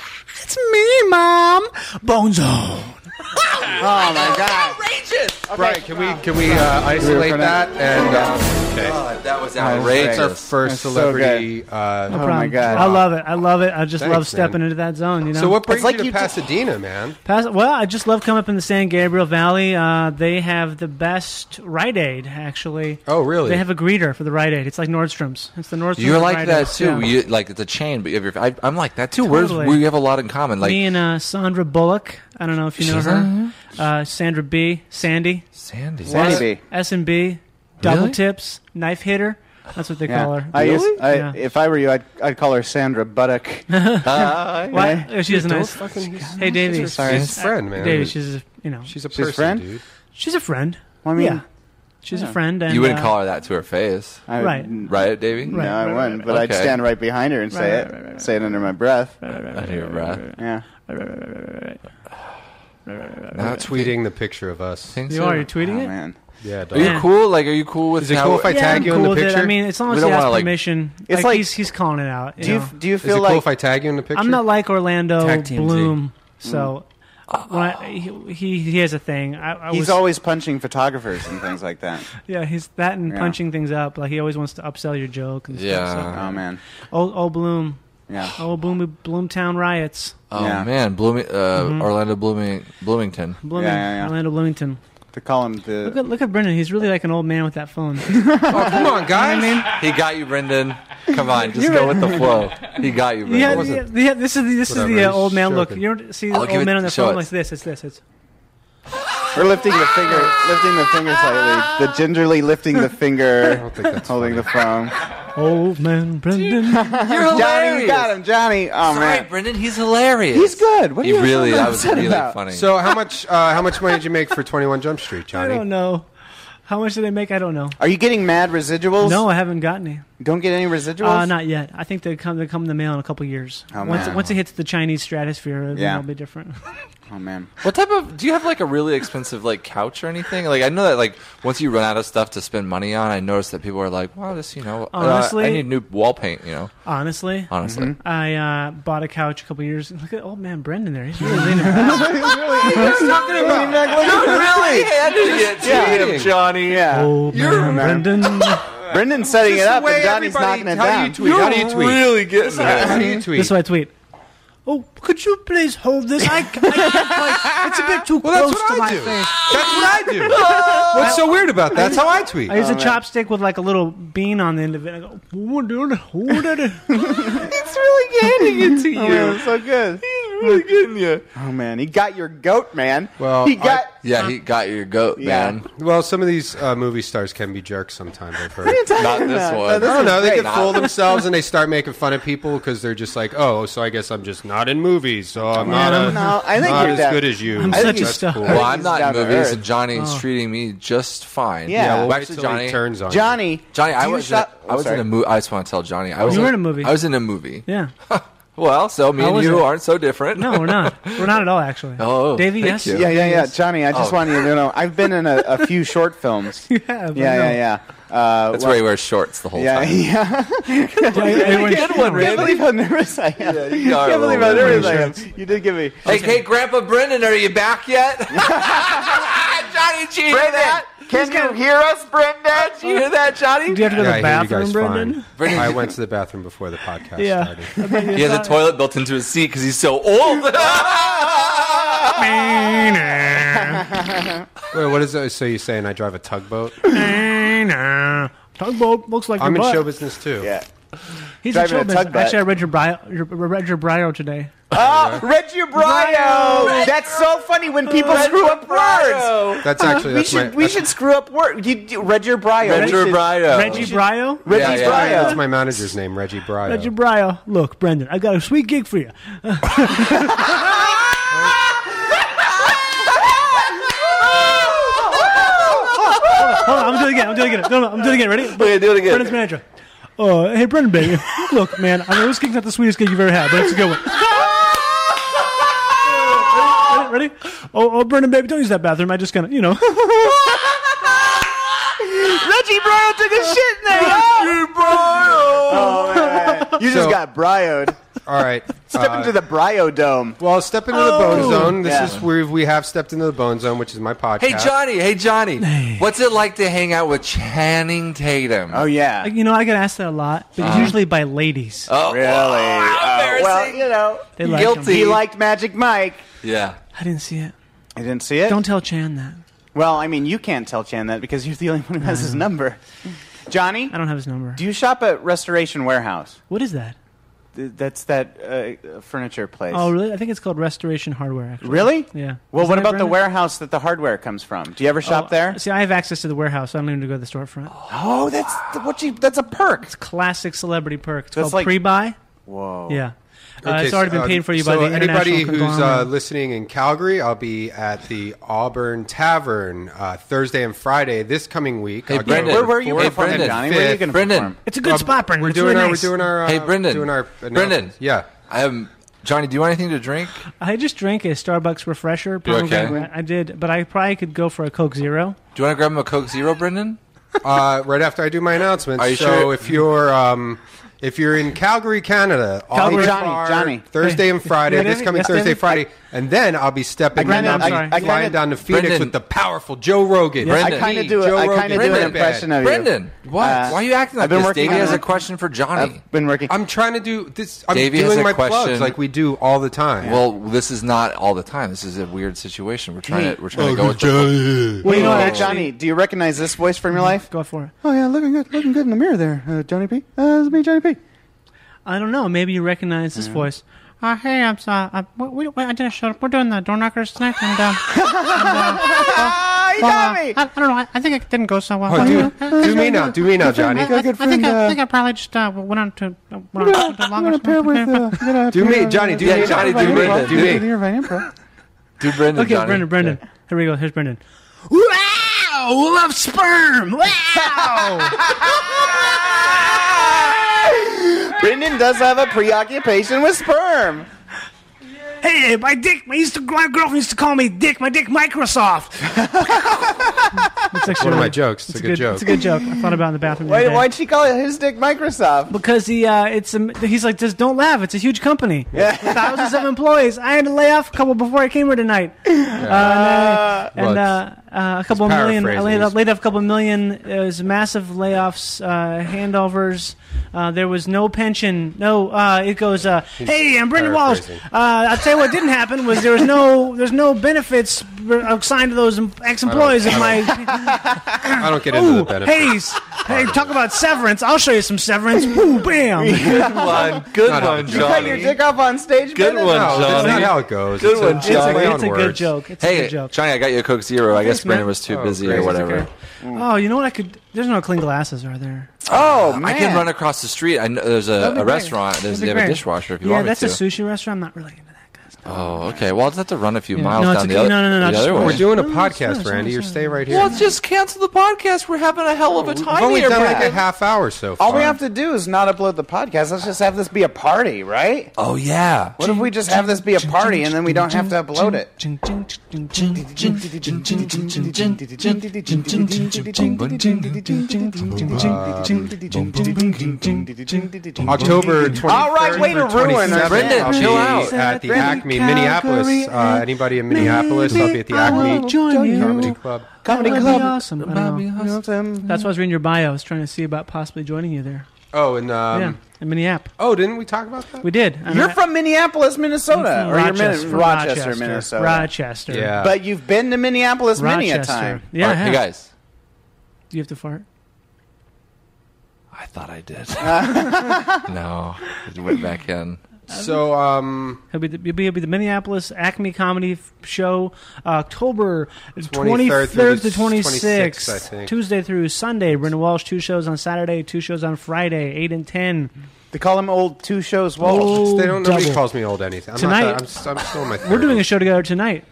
It's me, mom. Bone zone. Oh my god. Right? Can we can we uh, isolate that and uh, God, that was that's our outrageous. first That's so celebrity? uh, Oh my god. I love it. I love it. I just Thanks, love stepping man. into that zone. You know. so what brings like you you to did- Pasadena, man? Pas- well, I just love coming up in the San Gabriel Valley. Uh, they have the best Rite Aid, actually. Oh, really? They have a greeter for the Rite Aid. It's like Nordstrom's. It's the Nordstrom's. You're of like Rite that Aids. too. Yeah. You, like it's a chain, but you have your, I, I'm like that too. Totally. We're, we have a lot in common. Like Me and uh, Sandra Bullock. I don't know if you know She's her. Uh, Sandra B. Sandy. Sandy. Maybe. S and B. Double Really? tips. Knife hitter. That's what they call Yeah. her. I used, I, Yeah. If I were you, I'd, I'd call her Sandra Buttock. Uh, Why? Oh, she's a nice. Hey, Davey. Sorry. She's a friend, man. Davey, she's a, you know She's a She's person, friend? dude. she's a friend. Well, I mean, yeah, she's a friend. And You wouldn't uh, call her that to her face, I, Right. right, Davey? No, I wouldn't. But I'd Okay. stand right behind her and say right, it, right, right, say it under my breath. Under your breath. Yeah. Now it's weird. Tweeting the picture of us. Think You so? are. You're tweeting Oh it. man, Yeah, dog. Are you Yeah. cool? Like, are you cool with Is it how- cool if I yeah, tag I'm you cool in the with it. picture? I mean, as long We as don't he asks wanna, like- permission, It's like, like- he's he's calling it out. You do you know? do you Is it feel cool like if I tag you in the picture? I'm not like Orlando Tag TMZ. Bloom, so when I, he, he he has a thing. I, I he's was, always punching photographers and things like that? yeah, he's that and Yeah. punching things up. Like he always wants to upsell your joke. And Yeah. Stuff, Oh man, so. Oh, oh Bloom. yeah. Oh Bloom Bloomtown riots. Oh Yeah. man, Blooming, uh, Orlando Blooming, Bloomington. Blooming, Yeah, yeah, yeah. Orlando Bloomington. To call him Look the at look at Brendan. He's really like an old man with that phone. Come on, guys. He got you, Brendan. Come on, just go with the flow. He got you, Brendan. yeah, yeah, yeah, this is the, this is Whatever, the uh, he's old man look. joking. You don't see I'll the give old it- man on their show phone it. like this. It's this. It's We're lifting the finger, lifting the finger slightly. The gingerly lifting the finger, holding the phone. Old man Brendan. You're Johnny, you got hilarious. him, Johnny. Oh Sorry, man, Brendan. He's hilarious. he's good. What are He you really. so That was upset really about? funny. So how much uh, how much money did you make for Twenty One Jump Street, I Johnny? don't know. How much did they make? I don't know. Are you getting mad residuals? No, I haven't gotten any. Don't get any residuals. Uh, not yet. I think they come they come in the mail in a couple years. Oh, once man. once it hits the Chinese stratosphere, then Yeah. it'll be different. Oh man. What type of do you have like a really expensive like couch or anything? Like I know that like once you run out of stuff to spend money on, I noticed that people are like, "Wow, this you know, uh, Honestly- I need new wall paint." You know, Honestly, honestly, Mm-hmm. I uh, bought a couch a couple years. Look at old man Brendan there. He's really leaning back. Leaning back, looking at the really, street. hey, I didn't get Yeah. Johnny. Yeah. Old man man. Brendan. Brendan's setting it the up, way and Johnny's everybody- knocking it how do you down. tweet? How do you tweet? really getting How do you this is tweet? what I tweet. Oh, could you please hold this? I, I can't quite. It's a bit too Well, that's close to what my I do. face. That's what I do. What's so weird about that? That's how I tweet. I Oh, use a chopstick with like a little bean on the end of it. I go, "Ooh, dude, ooh, dude." It's really getting it to Oh, you. so good. really getting you. Oh man, he got your goat, man. Well, he I- got. Yeah, he got your goat, Yeah. man. Well, some of these uh, movie stars can be jerks sometimes. I've heard. Not this No, one. this I don't know. They great. can fool themselves and they start making fun of people because they're just like, oh, so I guess I'm just not in movies, so I'm not, a, no, I think not you're as dead. good as you. I'm So such a that's star. cool. Well, think I'm he's not in down to movies, earth. and Johnny's treating me just fine. Yeah. Yeah, Well, well, wait actually, till Johnny. he turns on you. Johnny, Johnny, I do you was, in a, stop- Oh, I was sorry. in a movie. I just want to tell Johnny. I was You were in a movie. I was in a movie. Yeah. Well, so me How and was you it? aren't so different. No, we're not. We're not at all, actually. Oh, Davey, thank yes. you. Yeah, yeah, yeah, Johnny. I just Oh. want you to know I've been in a, a few short films. yeah, Yeah, yeah, yeah. Uh, That's well- where he wears shorts the whole Yeah, time. yeah. Good one, I can't Randy. believe how nervous I am. Yeah, you are a little can't believe how bit nervous I am. You did give me. Hey, hey, Grandpa Brendan, are you back yet? Johnny, did you hear that? Can you hear us, Did you hear that, Johnny? Do you have to go Yeah, I to the hear bathroom, you guys Brendan? fine. I went to the bathroom before the podcast Yeah. started. He has a toilet built into his seat because he's so old. Wait, what is that? So you're saying I drive a tugboat? Tugboat looks like I'm in your butt. show business too. Yeah. Driving He's in a show business. tugboat. Actually, I read your bio, your, read your bio today. Oh, Reggie Bryo! That's so funny when people screw up words. That's Uh-huh. actually We that's my should we that's, should screw up words. You, you, Reggie Bryo. Reggie Bryo. Reggie Brio? Yeah, Reggie yeah. that's Bryo. my manager's name, Reggie Bryo. Reggie Brio. Look, Brendan, I got a sweet gig for you. Hold on, I'm doing it again. I'm doing it again. No, no, I'm doing it again. Ready? Okay, do it again. Brendan's manager. Uh, hey, Brendan, baby. Look, man, I know this gig's not the sweetest gig you've ever had, but it's a good one. Ready? Ready? Oh, oh, Brendan, baby, don't use that bathroom. I just kind of, you know. Reggie Bryo took a shit in there. Reggie Bryo. You just So- got Bryo'd. All right. Step uh, into the Bryo dome. well, step into the bone Oh. zone. This Yeah. is where we have stepped into the bone zone, which is my podcast. hey, Johnny. Hey, Johnny. What's it like to hang out with Channing Tatum? Oh yeah. you know, I get asked that a lot, but Uh-huh. usually by ladies. Oh, Really? Oh, well, you know, they like guilty. 'em. he liked Magic Mike. Yeah. I didn't see it. I didn't see it. Don't tell Chan that. Well, I mean, you can't tell Chan that because you're the only one who has his number. Johnny, I don't have his number. do you shop at Restoration Warehouse? What is that? Th- That's that uh, furniture place. Oh, really? I think it's called Restoration Hardware. Actually. Really? Yeah. Well, Isn't what it, about the Brendan? warehouse that the hardware comes from? Do you ever shop Oh, there? See, I have access to the warehouse. I don't even need to go to the storefront. Oh, that's th- what you. That's a perk. Classic celebrity perk. It's That's called like- pre-buy. Whoa. Yeah. Uh, Okay, it's already so, been uh, paid for you by so the international anybody who's uh, conglomerate. listening in Calgary, I'll be at the Auburn Tavern uh, Thursday and Friday this coming week. Hey, October Brendan. Where were you Hey, performing, Brendan. Johnny? Where are you going to Brendan. perform? it's a good spot, Brendan. We're It's doing really our. nice. We're doing our. Uh, hey, Brendan. Doing our. Brendan. announcements. Yeah. I am. Johnny, do you want anything to drink? I just drank a Starbucks refresher. okay? pomegranate. I did, but I probably could go for a Coke Zero. Do you want to grab him a Coke Zero, Brendan? uh, right after I do my announcements. Are you so sure? if you're um, if you're in Calgary, Canada, all Calgary. the Johnny, bar, Johnny. Thursday and Friday, Yeah, this David, coming yes, Thursday, David. Friday, and then I'll be stepping I in. kinda- I'll I- I be kinda- flying down to Phoenix Brendan. with the powerful Joe Rogan. Brendan. I kind of do. A, Joe I Rogan. kind of do an Brendan. impression of you. Brendan, what? Uh, Why are you acting like I've been this? working Davey on has it. a question for Johnny. I've been working. I'm trying to do this. I'm Davey has doing a my question. plugs like we do all the time. Well, this is not all the time. This is a weird situation. We're trying to we're trying to go with the- Well, you know what? Hey, Actually, Johnny, do you recognize this voice from your life? go for it. Oh yeah, looking good, looking good in the mirror there, uh, Johnny P. Uh, it's me, Johnny P. I don't know. Maybe you recognize this voice. Uh, hey, I'm uh, uh, we, we, we- I didn't show up. We're doing the door knockers tonight, and um, and, uh, uh, you well, got uh, me. I, I don't know. I, I think it didn't go so well. Oh, Well, do- you know, I- I do me don't now, know. do me now, Good friend. Johnny. I, Good I, I think I, friend, think I probably just uh, went on to uh, went on to longer. uh, Do me, Johnny. Do Yeah, me, Johnny, Do do me. Brendan, Do do- me. Do Okay, Brendan, Johnny. Brendan, Brendan. Here we go. Here's Brendan. Wow, love sperm. Wow. Brendan does have a preoccupation with sperm. Hey, my dick, my, used to, my girlfriend used to call me Dick, my dick Microsoft. It's one of my jokes. It's, a good, joke. It's a good joke. I thought about it in the bathroom. the Why, other day. why'd she call it his dick Microsoft? Because he, uh, it's a, he's like, just don't laugh. It's a huge company. Yeah. Thousands of employees. I had to lay off a couple before I came here tonight. Uh, and I- and, uh, uh, a couple he's million. I laid, paraphrasing. off, laid off a couple million. It was massive layoffs, uh, handovers. Uh, there was no pension. No, uh, it goes. Uh, He's hey, I'm Brendan Walsh. Uh, paraphrasing. I'll tell you what didn't happen was there was no there's no benefits assigned to those ex employees of I my don't- I don't get into the Ooh, benefits. Hey, s- hey, talk about severance. I'll show you some severance. Ooh, bam. Good one. Good one, You cut your Johnny. dick off on stage, Good Brendan? one, No, Johnny. that's not how it goes. Good It's a- one, it's a Johnny. play on It's a good words. joke. It's a hey, good joke. Johnny, I got you a Coke Zero. I guess Thanks, man. Brendan was too Oh, busy great. or It's whatever. okay. Oh, you know what? I could. There's no clean glasses, are there? Oh man, I can run across the street. I know there's a, That'd be a great. restaurant. There's That'd be they have a great. dishwasher if you yeah, want me that's to. a sushi restaurant. I'm not really into that. oh, okay. Well, I'll just have to run a few Yeah. miles No, it's down the okay. other, No, no, no, no, the just other run. way. We're doing a No, podcast, it's- Randy. You're stay right here. Well, let's just cancel the podcast. We're having a hell of a time We've only here, done like a Brendan. half hour so far. All we have to do is not upload the podcast. Let's just have this be a party, right? Oh yeah. What if we just have this be a party and then we don't have to upload it? October 23rd. All right, way to through ruin us. 27th, Brendan, I'll be chill out. At the Brendan, Acme, Minneapolis. Uh, anybody in Minneapolis, I'll be at the Acme join you. Comedy Club. Comedy That'd Be club. awesome. I don't know. That's why I was reading your bio. I was trying to see about possibly joining you there. Oh, and um, yeah, in Minneapolis. oh, didn't we talk about that? We did. And You're I- from Minneapolis, Minnesota, I'm or you're Min- from Rochester, Minnesota. Rochester. Yeah. But you've been to Minneapolis many a Rochester. time. Yeah. All I right, hey have. guys. Do you have to fart? I thought I did. no, it went back in. So um, He'll be the, he'll be, he'll be the Minneapolis Acme Comedy F- Show, uh, October 23rd 23rd, through to the 26th, I 26th, think. Tuesday through Sunday. Brendan Walsh, two shows on Saturday, two shows on Friday, 8 and 10. They call him old two shows Walsh. Old they don't. Nobody double. calls me old anything. I'm Tonight- Not, that- I'm, s- I'm still in my. 30s. We're doing a show together tonight.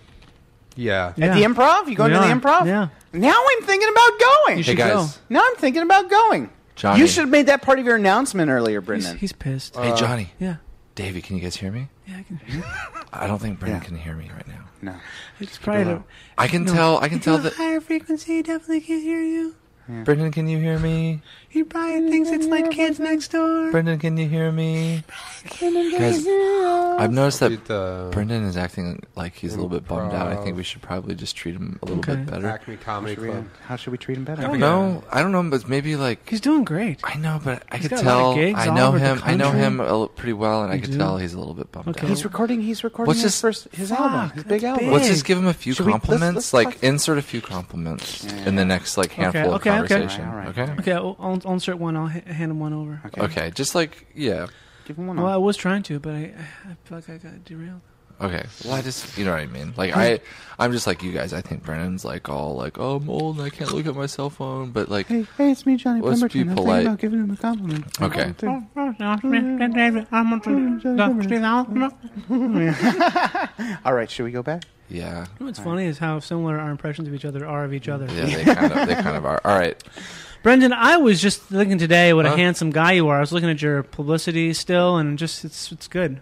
Yeah. Yeah. At the improv? You going We to the are, improv? yeah. Now I'm thinking about going. Hey You should guys. go. now I'm thinking about going. Johnny. You should have made that part of your announcement earlier, He's, Brendan. he's pissed. Hey Johnny, yeah. Davey, can you guys hear me? Yeah, I can hear it. I don't think Brendan Yeah. can hear me right now. no. It's probably the, I can tell. I can tell that higher frequency he definitely can't hear you. Brendan, can you hear me? He probably thinks it's like kids next door. Brendan, can you hear me? Guys, I've noticed that Did the Brendan is acting like he's a little bit bummed out. I think we should probably just treat him a little Okay. bit better. Acme Comedy Club. How should we treat him I better? don't know. I don't know, but maybe like He's doing great. I know, but I could got a lot tell. of gigs I all know over the him. I know country. him a little- pretty well, and I could do? tell he's a little bit bummed Okay. out. He's recording. He's recording What's his, his- first his Fuck, album, his big that's album. big. Let's just give him a few Should we- let's- compliments. let's like talk- insert a few compliments in the next like handful of okay, okay. conversation. All right, all right. okay. Okay. Okay, I'll, I'll I'll insert one. I'll ha- hand him one over. Just like yeah. Give him one. Well, I on. was trying to, but I, I feel like I got derailed. Okay. Well, I just you know what I mean. Like I, I'm just like you guys. I think Brennan's like all like oh I'm old and I can't look at my cell phone, but like Hey, hey, it's me, Johnny Let's be Pemberton. I'm polite. thinking about giving him a compliment. Okay. Dude, All right, should we go back? yeah, You know what's funny is how similar our impressions of each other are of each other. yeah, they kind of they kind of are. All right. Brendan, I was just looking today what Huh? a handsome guy you are. I was looking at your publicity still, and just it's it's good.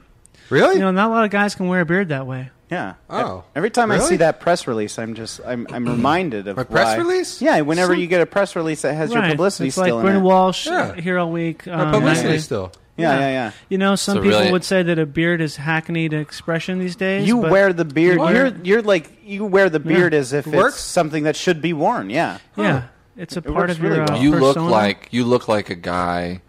Really? You know, not a lot of guys can wear a beard that way. Yeah. Oh. Every time I Really? see that press release, I'm just I'm I'm reminded of A press why- release? Yeah, whenever you get a press release that has your publicity it's like still Brendan in it. Walsh Yeah. here all week. My um, publicity nightly. still. yeah, yeah, yeah. You know, some So people really- would say that a beard is hackneyed expression these days. You but wear the beard. What? You're you're like you wear the beard as if Works. it's something that should be worn. Yeah. yeah, it's a part works of your. really uh, well. You look persona. like you look like a guy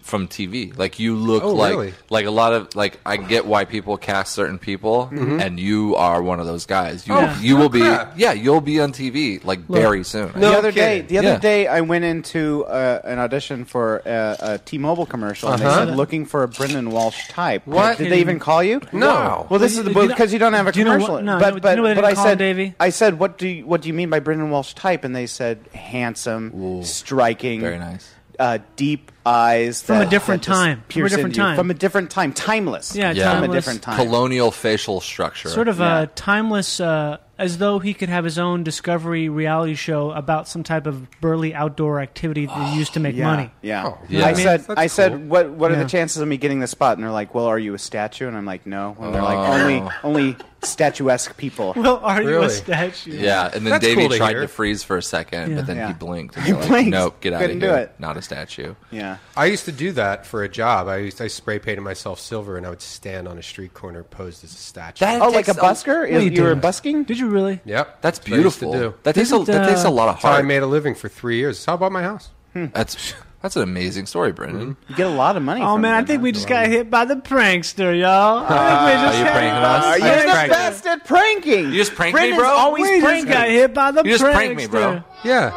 from TV. Like you look Oh, like really? like a lot of like I get why people cast certain people, Mhm. and you are one of those guys. You Mm-hmm. Oh, you will be crap. yeah you'll be on TV like Look. very soon. the other day, the other Yeah. day, I went into uh, an audition for uh, a T-Mobile commercial, and Uh-huh. they said looking for a Brendan Walsh type. What? did they even call you? No. Wow. Well, this is the Do you know- because you don't have a do you know commercial. what- no, but no, but, do you know what they but didn't I call said, Davey? I said, what do you what do you mean by Brendan Walsh type? And they said, handsome, striking, very nice, uh, deep eyes From a that- different that just time. From a pierce different into you. time. from a different time, timeless. from a different time. Colonial facial structure. Sort of a timeless, uh, as though he could have his own Discovery reality show about some type of burly outdoor activity that he used to make yeah, money. Yeah. Oh, Yeah. I said, That's I said, cool. what What are Yeah. the chances of me getting the spot? And they're like, Well, are you a statue? And I'm like, No. And they're like, Oh. Only, only statuesque people. Well, are you a Really? statue? Yeah, and then That's Davey cool to tried hear. to freeze for a second, Yeah. but then Yeah. he blinked. And He you're like, blinked. Nope, get out of here. Couldn't do it. Not a statue. Yeah. I used to do that for a job. I used I spray painted myself silver, and I would stand on a street corner posed as a statue. oh, like a busker? Is- you were busking? Did you really? Yep, That's what I used to beautiful. do. That takes a- Isn't, that uh, takes a lot of That's how I heart. made a living for three years. How about my house? That's that's an amazing story, Brendan. You get a lot of money. Oh man, I think we just got hit by the prankster, y'all. Ah, I think we just you got pranking hit by us? the Are you prankster. the best at pranking? You just pranked me, Brendan's bro? Always We just pranking. got hit by the You just pranked me, bro. prankster. Yeah.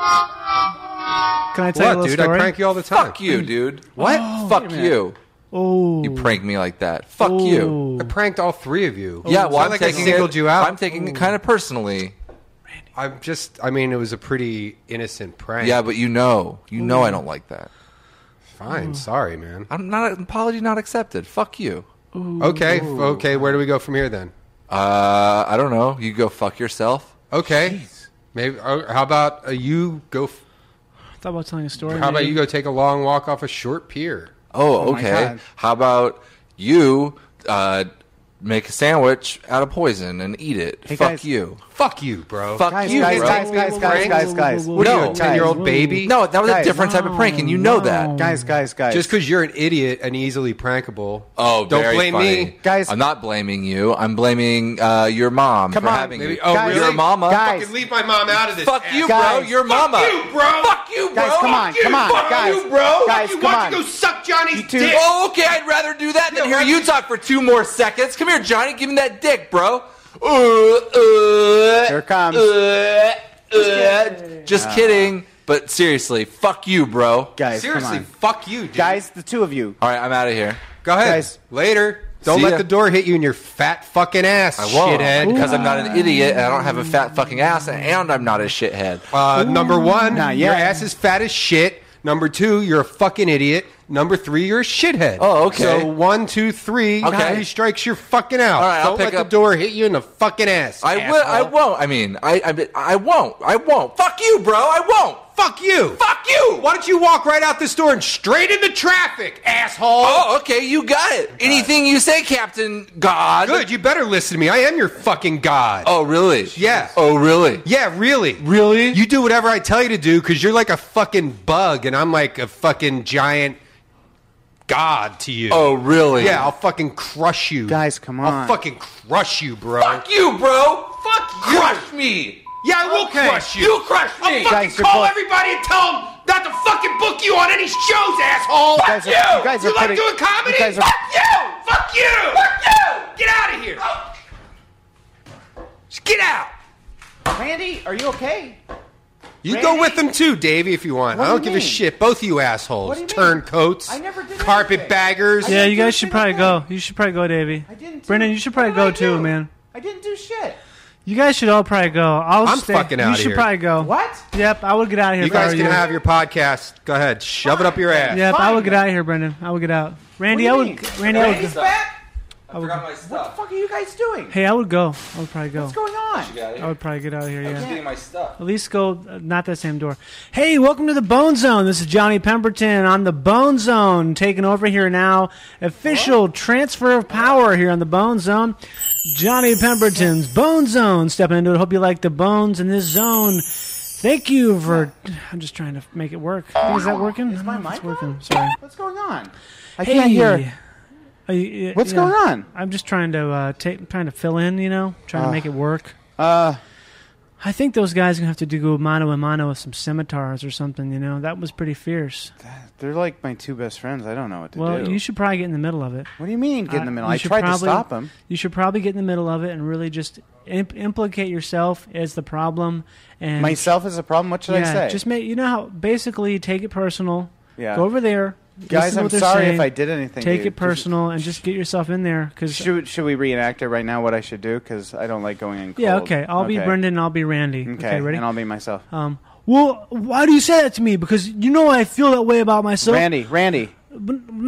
Can I tell you a What, little dude? story? I prank you all the time. Fuck you, Oh, dude. What? Fuck man. you. Oh. You prank me like that. Fuck you. Oh. I pranked all three of you. Yeah, It's well, not I'm like I taking singled it- you out. I'm taking it kind of personally. I'm just. I mean, it was a pretty innocent prank. Yeah, but you know, you know, I don't like that. Fine. Sorry, man. I'm not apology not accepted. Fuck you. Okay. f- Okay. Where do we go from here then? Uh, I don't know. You go fuck yourself. Okay. Maybe. Or how about uh, you go? f- Thought about telling a story. How about maybe. you go take a long walk off a short pier? Oh, Oh my okay. God. How about you uh, make a sandwich out of poison and eat it? Hey, fuck guys. you. Fuck you, bro. Fuck Guys, you, guys, bro. guys, guys, guys, guys, guys. What are you, a Guys. 10-year-old baby? No, that was a different type of prank, and you know that. Guys, guys, guys. Just because you're an idiot and easily prankable. Oh, don't very blame funny. me, Guys- I'm not blaming you. I'm blaming uh, your mom Come for on, having maybe- you. oh, Guys, your really? mama. guys. Fucking leave my mom out of this. Fuck you, Guys. bro. Your mama. Fuck you, bro. Fuck you, bro. Guys, come on, Fuck you. come on, Fuck guys. you, bro. Guys, Fuck you. come Why don't on. you go suck Johnny's You two- dick? Oh, okay. I'd rather do that than hear you talk for two more seconds. Come here, Johnny. Give me that dick, bro. Uh, uh, Here it comes. Uh, uh, just kidding. But seriously, fuck you, bro. Guys, Seriously, come fuck you, dude. on. Guys, the two of you. All right, I'm out of here. Go ahead. Guys. Later. Don't See let ya. the door hit you in your fat fucking ass, I won't shithead. because I'm not an idiot and I don't have a fat fucking ass and I'm not a shithead. Uh, number one, Not your yet. ass is fat as shit. Number two, you're a fucking idiot. Number three, you're a shithead. Oh, okay. So one, two, three, Okay. three strikes, you're fucking out. All right, I'll Don't pick let up- the door hit you in the fucking ass. I will. I asshole. won't. I mean, I, I. I won't. I won't. Fuck you, bro. I won't. Fuck you. Fuck you. Why don't you walk right out this door and straight into traffic, asshole? Oh, okay. You got it. Anything you say, Captain God. Good. You better listen to me. I am your fucking god. Oh, really? Yeah. Oh, really? Yeah, really. Really? You do whatever I tell you to do because you're like a fucking bug and I'm like a fucking giant god to you. Oh, really? Yeah, I'll fucking crush you. Guys, come I'll on. fucking crush you, bro. Fuck you, bro. Fuck you. Crush me. Yeah, I will Okay. crush you. You crush I'll me. fucking Guys, you're call both- everybody and tell them not to fucking book you on any shows, asshole. You Fuck guys you. are- you guys are like putting- doing comedy? you guys are- Fuck you. Fuck you. Fuck you. Get out of here. Just get out. Randy, are you okay? You go with them too, Davey, if you want. What I do don't you give a mean? shit. Both of you assholes. What do you mean? Turncoats. I never did anything. Carpetbaggers. Yeah, you guys should probably go. You should probably go, Davey. Brendan, you should probably go too, man. I didn't do shit. You guys should all probably go. I'll I'm stay. fucking You outta should here. probably go. What? Yep, I would get out of here. You if I guys were can have your podcast. Go ahead. Shove it up your ass. Yep, I Fine, would get out of here, Brendan. I would get out. Randy, I would. Randy, I would. Randy's go. back? I forgot my stuff. What the fuck are you guys doing? Hey, I would go. I would probably go. What's going on? I would probably get out of here. Yeah. getting my stuff. At least go uh, not that same door. Hey, welcome to the Bone Zone. This is Johnny Pemberton on the Bone Zone, taking over here now. Official transfer of power here on the Bone Zone. Johnny Pemberton's Bone Zone stepping into it. Hope you like the bones in this zone. Thank you for. I'm just trying to make it work. Is that working? Is My mic working? on? Sorry. What's going on? I Hey. can't hear. Uh, y- y- What's yeah. going on? I'm just trying to uh, take, trying to fill in. You know, trying to Uh, make it work. Uh, I think those guys are gonna have to do go mano a mano with some scimitars or something. You know, that was pretty fierce. They're like my two best friends. I don't know what to well, do. you should probably get in the middle of it. What do you mean, get in the middle? Uh, you I should tried to stop 'em. You should probably get in the middle of it and really just imp- implicate yourself as the problem. And Myself as a problem. What should I yeah, say? Just make you know how basically take it personal. Yeah. Go over there. Guys, listen to I'm what they're sorry if saying, I did anything to Take you. it personal and just get yourself in there because should, should we reenact it right now? What I should do because I don't like going in. Cold. yeah. Okay, I'll be Brendan. and I'll be Randy. Okay, Okay, ready? And I'll be myself. Um, well, why do you say that to me? Because you know I feel that way about myself. Randy, Randy. No,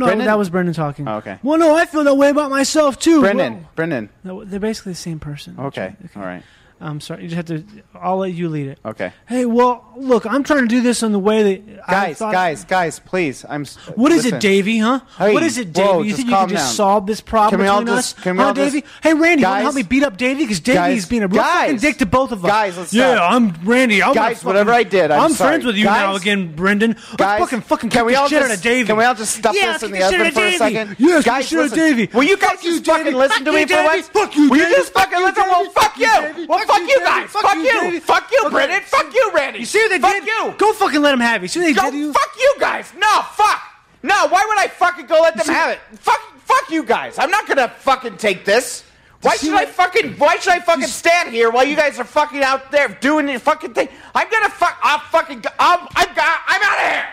Brendan? that was Brendan talking. Oh, okay. Well, no, I feel that way about myself too. Brendan, Brendan. Well, no, they're basically the same person. Okay, all right, I'm sorry. You just have to. I'll let you lead it. okay. Hey, well, look, I'm trying to do this in the way that I Guys, thought- guys, guys, please. I'm. s- What is listen. it, Davey? Huh? Hey, what is it, Davey? whoa, you just think you can calm just down. solve this problem Can we all between just- us? can we huh, all just- Davey? hey, Randy, you wanna Guys? help me beat up Davey because Davey's Guys? being a real fucking Guys? dick to both of us. Guys, let's yeah, stop. I'm Randy. I'm Guys, fucking, whatever I did, I'm sorry. friends with you Guys? now again, Brendan. Let's Guys, fucking fucking can kick we the all shit out just- of Davey. can we all just stuff yeah, this in kick the shit oven out of for a Davey. second? Yes, Guys, kick the shit out of listen. Davey. Will you guys just fucking listen to me for once? Fuck you, Will you just fucking listen? Well, fuck you. Well, fuck you guys. Fuck you. Fuck you, Brendan. Fuck you, Randy. You see what they Fuck did? you. Go fucking let them have you. See what they Go did to you? fuck you guys. No, fuck. No, why would I fucking go let them have it? Fuck, fuck you guys. I'm not gonna fucking take this. Why should I fucking? Why should I fucking stand here while you guys are fucking out there doing your fucking thing? I'm gonna fuck. I'll fucking. go- I'm. I'm. I'm out of here.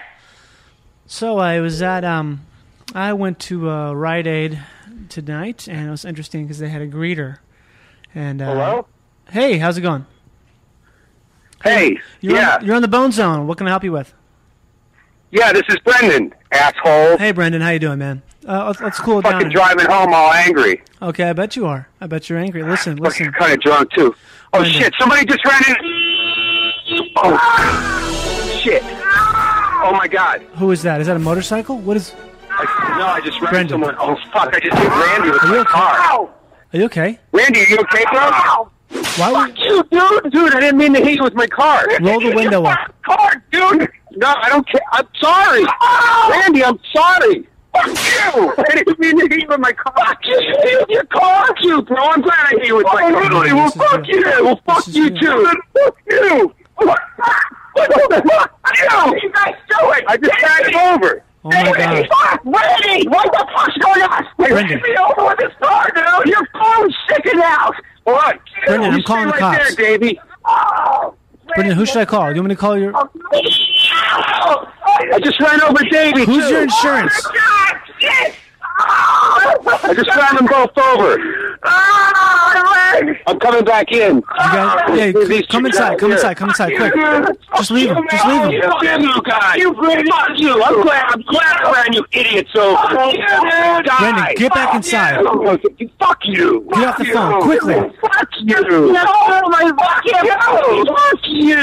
So I was at um, I went to uh, Rite Aid tonight, and it was interesting because they had a greeter. And uh, Hello? Hey, how's it going? Hey, You're yeah, on, you're on the Bone Zone. What can I help you with? yeah. This is Brendan, asshole. Hey, Brendan, how you doing, man? Uh, let's, let's cool it down. Fucking driving home all angry. Okay, I bet you are. I bet you're angry. Listen, Fucking listen. kind of drunk too. Oh shit! Somebody just ran in. Oh shit! Oh my god! Who is that? Is that a motorcycle? What is? I, no, I just ran into someone. Oh fuck! I just hit Randy with my car. Are you okay? Randy, are you okay, bro? Why Fuck you, dude! Dude, I didn't mean to hit you with my car. Roll the window up. Car, dude! No, I don't care. I'm sorry, Randy. I'm sorry. Oh! Fuck you! I didn't mean to hit you with my car. Fuck you! You hit with your car. Fuck you, bro! I'm glad I hit you with my car. Really? Well, fuck you! Well, fuck you too! Fuck you! What the fuck? What you guys doing? I just backed over. Oh my Hey, God. Fuck, Randy! What the fuck's going on? Hey, Brendan. Get me over with this car, dude! Your phone's sticking out! What? Brendan, You Oh, I'm calling stay the right cops. There, Davey. Brendan, who should I call? Do you want me to call your? I just ran over Davey. Who's too. Oh, your insurance? I just ran them both over. I'm coming back in. You guys, yeah, These c- come two inside, guys come here. inside, come inside, quick. Just leave him, just Oh, leave you him. little guy. You really fuck you. I'm glad, I'm glad I ran you idiots over. Fuck you, die. Brandon, get back Fuck inside. you. Fuck you. Get off the Fuck phone, you. quickly. Fuck you. No, my fucking Fuck you.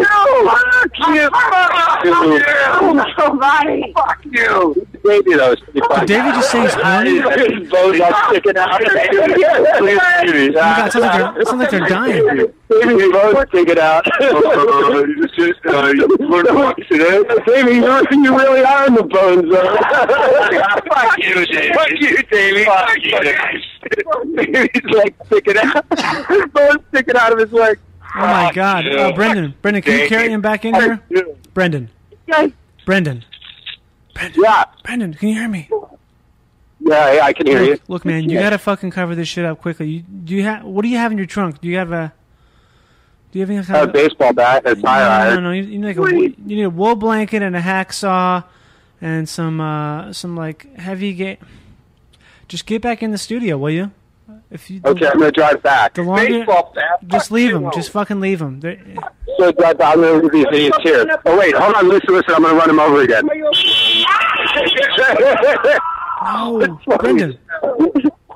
No, fuck you. Fuck you. Nobody. Fuck you. Baby, that was pretty funny. Davey just say he's horny? His bones are sticking out. Please, Oh my God, sounds like they're, sounds like they're dying. Baby, bones sticking out. oh, just, uh, Davey, you, you really are in the bone zone. Fuck you, Davey. Fuck you, Davey. Fuck you. Davey's leg sticking out. His bone's sticking out of his leg. Ah, Oh my God, uh, Brendan, Brendan, can you carry him back in here? Brendan, Yeah, Brendan, yeah, Brendan, can you hear me? yeah, I can hear you. Look, man, you Yeah. gotta fucking cover this shit up quickly. You, do you have? What do you have in your trunk? Do you have a? Do you have any I have kind a of? baseball bat and a tire No, iron. no, no. You, you need like a, wo- you need a wool blanket and a hacksaw, and some uh, some like heavy gate. Just get back in the studio, will you? If you Okay, I'm gonna drive back. The longer- Baseball bat. just leave him, just fucking leave him. There- So drive back. I'm gonna leave these idiots here. Oh wait, hold on, listen, listen. I'm gonna run him over again. No, Brendan,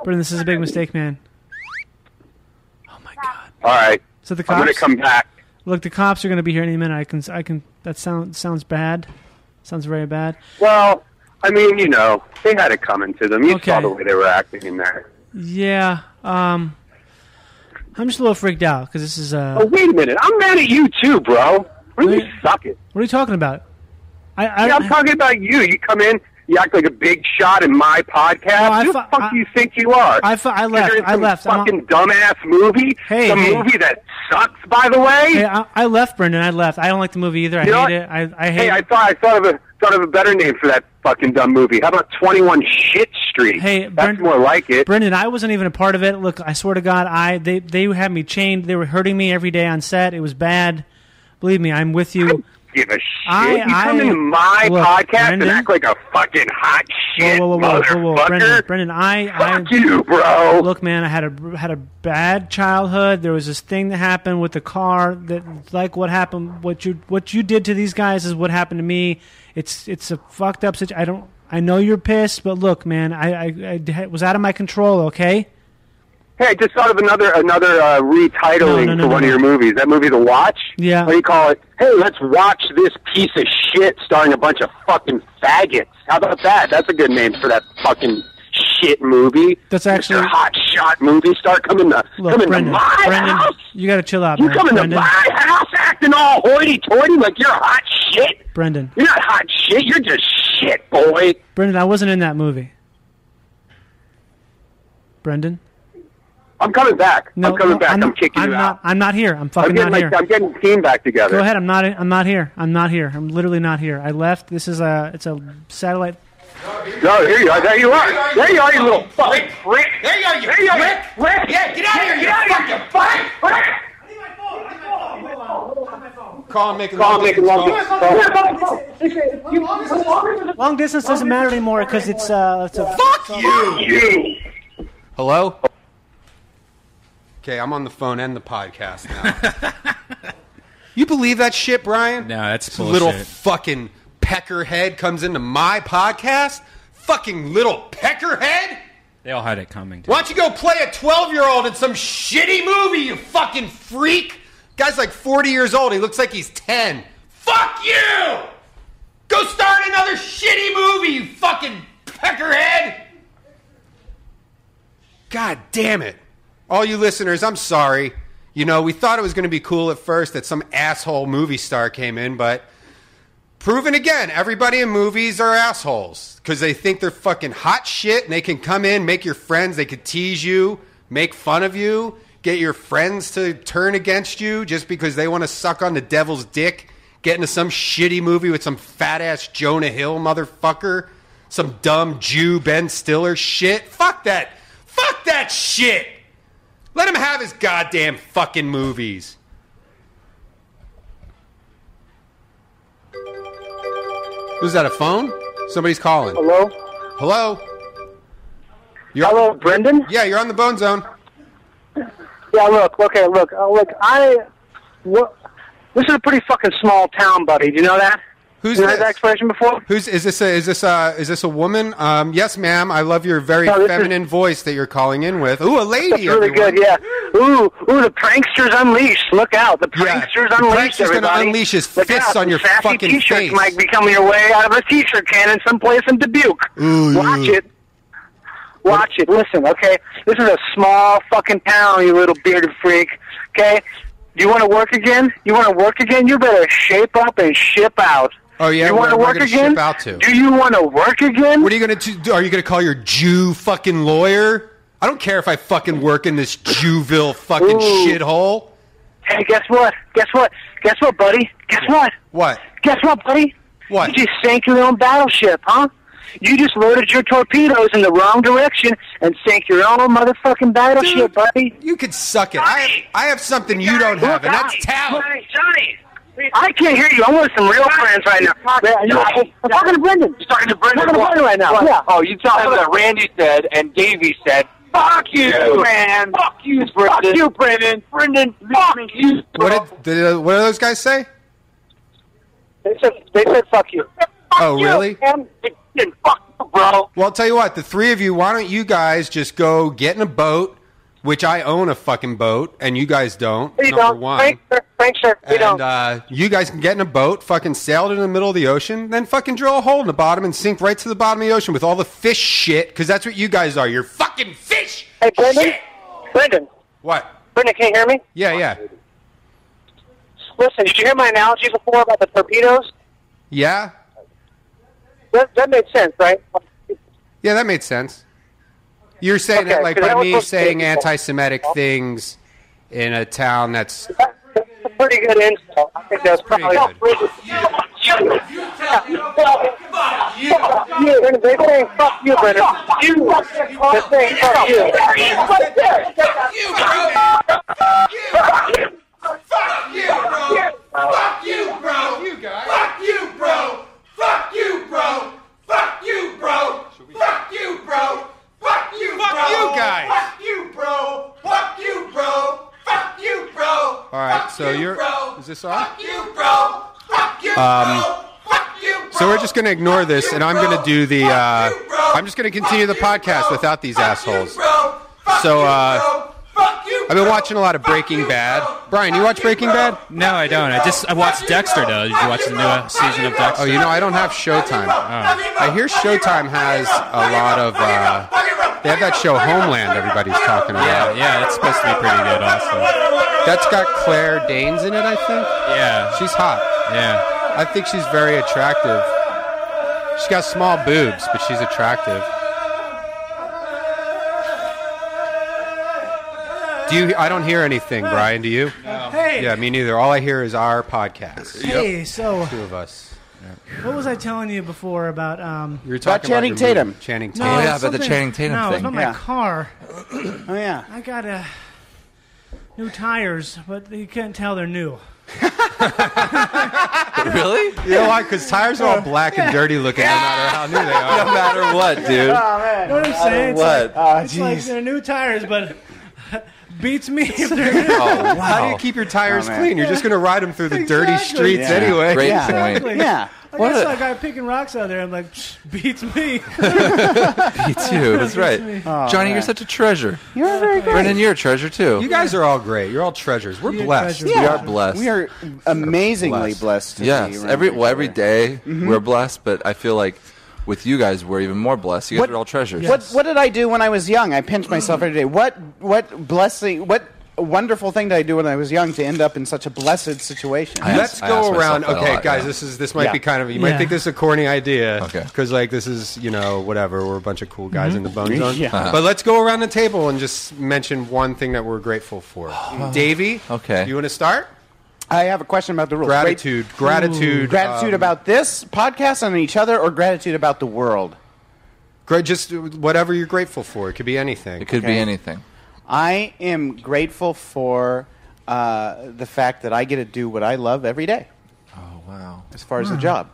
Brendan, this is a big mistake, man. Oh, All right. So the I'm gonna cops? come back. Look, the cops are gonna be here any minute. I can, I can. That sound sounds bad. Sounds very bad. Well, I mean, you know, they had it coming to them. You saw Okay. the way they were acting in there. Yeah. Um, I'm just a little freaked out because this is uh. Oh wait a minute, I'm mad at you too, bro. Really Wait. suck it. What are you talking about? I, I Yeah, I'm talking about you. You come in, You act like a big shot in my podcast. Who the fuck do you think you are? I fu- I left. Considering I some left. I'm on- Fucking dumbass movie. Hey, some hey. movie that sucks, by the way. Hey, I, I left, Brendan. I left. I don't like the movie either. I You know hate it. what? I, I hate. hey, I thought I thought of a thought of a better name for that fucking dumb movie. How about Twenty One Shit Street? Hey, that's Brent- more like it. Brendan, I wasn't even a part of it. Look, I swear to God, I they they had me chained. They were hurting me every day on set. It was bad. Believe me, I'm with you. Give a shit. I- you come I- into my look, podcast Brendan- and act like a fucking hot shit motherfucker. Brendan, Brendan, I, I, you, bro. Look, man, I had a had a bad childhood. There was this thing that happened with the car that, like, what happened, what you what you did to these guys is what happened to me. It's it's a fucked up situation. I don't. I know you're pissed, but look, man, I, I, I was out of my control. Okay. Hey, I just thought of another another uh, retitling for one of your movies. That movie, The Watch. Yeah. What do you call it? Hey, let's watch this piece of shit starring a bunch of fucking faggots. How about that? That's a good name for that fucking shit movie. That's Mr. actually- hot shot movie star coming to Look, coming Brendan, to my Brendan, house. you got to chill out, You man. coming Brendan, to my house acting all hoity toity like you're hot shit? Brendan, You're not hot shit. You're just shit, boy. Brendan, I wasn't in that movie. Brendan, I'm coming back. No, I'm coming no, back. I'm I'm, not- kicking I'm you not. out. I'm not here. I'm fucking I'm not getting my, here. I'm getting the team back together. Go ahead. I'm not. I'm not here. I'm not here. I'm literally not here. I left. This is a. It's a satellite. No, here you are. There you are. There you are, you little fucking prick. There you are, you There you are, prick. prick. Yeah, get out of here, you fucking fucking prick. Call and make a Call long making distance long call. distance call. Long distance doesn't matter anymore because it's uh. It's a, Fuck you. You. Hello? Okay, I'm on the phone and the podcast now. you believe that shit, Brian? No, that's This little bullshit. fucking peckerhead comes into my podcast? Fucking little peckerhead? They all had it coming. Why don't you go play a 12 year old in some shitty movie, you fucking freak? Guy's like 40 years old. He looks like he's 10. Fuck you! Go start another shitty movie, you fucking peckerhead! God damn it. All you listeners, I'm sorry. You know, we thought it was going to be cool at first that some asshole movie star came in, but proven again, everybody in movies are assholes because they think they're fucking hot shit and they can come in, make your friends, they could tease you, make fun of you, get your friends to turn against you just because they want to suck on the devil's dick, get into some shitty movie with some fat ass Jonah Hill motherfucker, some dumb Jew Ben Stiller shit. Fuck that. Fuck that shit. Let him have his goddamn fucking movies. Who's that? A phone? Somebody's calling. Hello? Hello? You're, Hello, Brendan? Yeah, you're on the bone zone. Yeah, look, okay, look, uh, look, I, what, this is a pretty fucking small town, buddy. Do you know that? Who's you heard this? that expression before? Who's is this? A, is this a is this a woman? Um, yes, ma'am. I love your very No, this is- feminine voice that you're calling in with. Ooh, a lady. That's really everyone. good, yeah. Ooh, ooh, the pranksters unleashed. Look out, the pranksters the unleashed, prankster's gonna everybody. unleash his Look fists out, on your sassy fucking t-shirts face. might be coming your way out of a t-shirt cannon someplace in Dubuque. Ooh, Watch yeah. it. Watch it. Listen, okay? This is a small fucking town, you little bearded freak. Okay? Do you want to work again? You want to work again? You better shape up and ship out. Oh yeah. You where want to am I work gonna again? Ship out to? Do you want to work again? What are you gonna t- do? Are you gonna call your Jew fucking lawyer? I don't care if I fucking work in this Jewville fucking Ooh. shithole. Hey, guess what? Guess what? Guess what, buddy? Guess what? What? Guess what, buddy? What? You just sank your own battleship, huh? You just loaded your torpedoes in the wrong direction and sank your own motherfucking battleship, buddy. You could suck it. I have, I have something you don't have, and that's talent. Johnny, I can't hear you. I'm with some real friends right now. I'm talking to Brendan. You're talking to Brendan. I'm talking to Brendan right now. Yeah. Oh, you tell him that Randy said and Davey said. Fuck you, man. Fuck you, Brendan. Fuck you, Brendan. Brendan, fuck you. What did, did uh, what did those guys say? They said, they said fuck you. Oh, really? Fuck you, bro. Well, I'll tell you what. The three of you, why don't you guys just go get in a boat, which I own a fucking boat, and you guys don't. We number don't. one. Frank, sir, Frank, sir, we and don't. Uh, you guys can get in a boat, fucking sail it in the middle of the ocean, then fucking drill a hole in the bottom and sink right to the bottom of the ocean with all the fish shit, because that's what you guys are. You're fucking fish. hey, Brendan? Brendan, What? Brendan, can you hear me? Yeah, yeah, Listen, did you hear my analogy before about the torpedoes? yeah. That, that makes sense, right? Yeah, that made sense. You're saying Okay, that like 'cause I by was me supposed to saying say- anti-Semitic things in a town that's It's a pretty good insult. I think that's probably good. They saying fuck you, Brenner. You. They're saying fuck you. Fuck you, Fuck you, bro. Fuck you, guys. Fuck you, bro. Fuck you, bro. Fuck you, bro. Fuck you, bro. Fuck you, bro. Fuck you, guys. Fuck you, bro. Fuck you, bro. Fuck you, bro. all right. So you're is this on? Fuck you, bro. Fuck you, Um, so we're just gonna ignore this, and I'm gonna do the. Uh, I'm just gonna continue the podcast without these assholes. So uh, I've been watching a lot of Breaking Bad. Brian, you watch Breaking Bad? No, I don't. I just I watched Dexter though. Did you watch the new uh, season of Dexter? Oh, you know, I don't have Oh. Showtime. I hear Showtime has a lot of. Uh, they have that show Homeland. Everybody's talking about. Yeah, it's supposed to be pretty good, also. That's got Claire Danes in it, I think. Yeah, she's hot. Yeah, I think she's very attractive. She's got small boobs, but she's attractive. Do you? I don't hear anything, Brian. Do you? No. Hey. Yeah, me neither. All I hear is our podcast. Hey, so- two of us. What was I telling you before about? Um, You were talking about your movie, Channing Tatum. No, something- no, it was about my car. oh yeah. I got uh, new tires, but you can't tell they're new. Really? You know why? Because tires are all black and dirty looking, no matter how new they are. No matter what, dude. Oh, man. Know what I'm Matter saying? It's what? like- Uh, Ah, it's like jeez. they're new tires, but beats me if they're new. How do you keep your tires clean? You're just going to ride them through the dirty Oh, Exactly. streets anyway. Exactly. Like, I saw a guy picking rocks out there. I'm like, "Psh, beats me. Me too. That's right. Johnny, you're such a treasure. Oh, You're very good. Brendan, you're a treasure too. You guys are all great. You're all treasures. We're blessed. We are blessed. We are amazingly blessed. to be yes, around every each well, every day Mhm. we're blessed, but I feel like with you guys we're even more blessed. You guys What- are all treasures. What What did I do when I was young? I pinched myself every day. What What blessing? What wonderful thing did I do when I was young to end up in such a blessed situation? Let's go around. Okay, guys, this is this might Yeah. be kind of you Yeah. might think this is a corny idea. Okay, because like this is you know whatever we're a bunch of cool guys Mhm. in the bone zone. Yeah. Uh-huh. But let's go around the table and just mention one thing that we're grateful for. Davey, okay, you want to start? I have a question about the rules. Gratitude, Great- gratitude, gratitude um, about this podcast and each other, or gratitude about the world. Great, uh, just whatever you're grateful for. It could be anything. It could be anything. I am grateful for uh, the fact that I get to do what I love every day. Oh wow. As far as the Wow. job.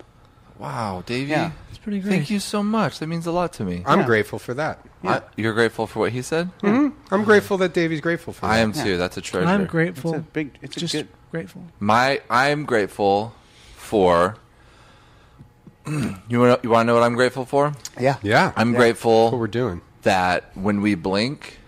Wow, Davey. Yeah. That's pretty Thank you so much. That means a lot to me. I'm grateful for that. I- you're grateful for what he said? hmm I'm grateful that Davey's grateful for. I that. am too. That's a treasure. I'm grateful. It's a big. It's just a good. grateful. My I'm grateful for You want you want to know what I'm grateful for? Yeah. Yeah. I'm Yeah. grateful That's what we're doing. That when we blink,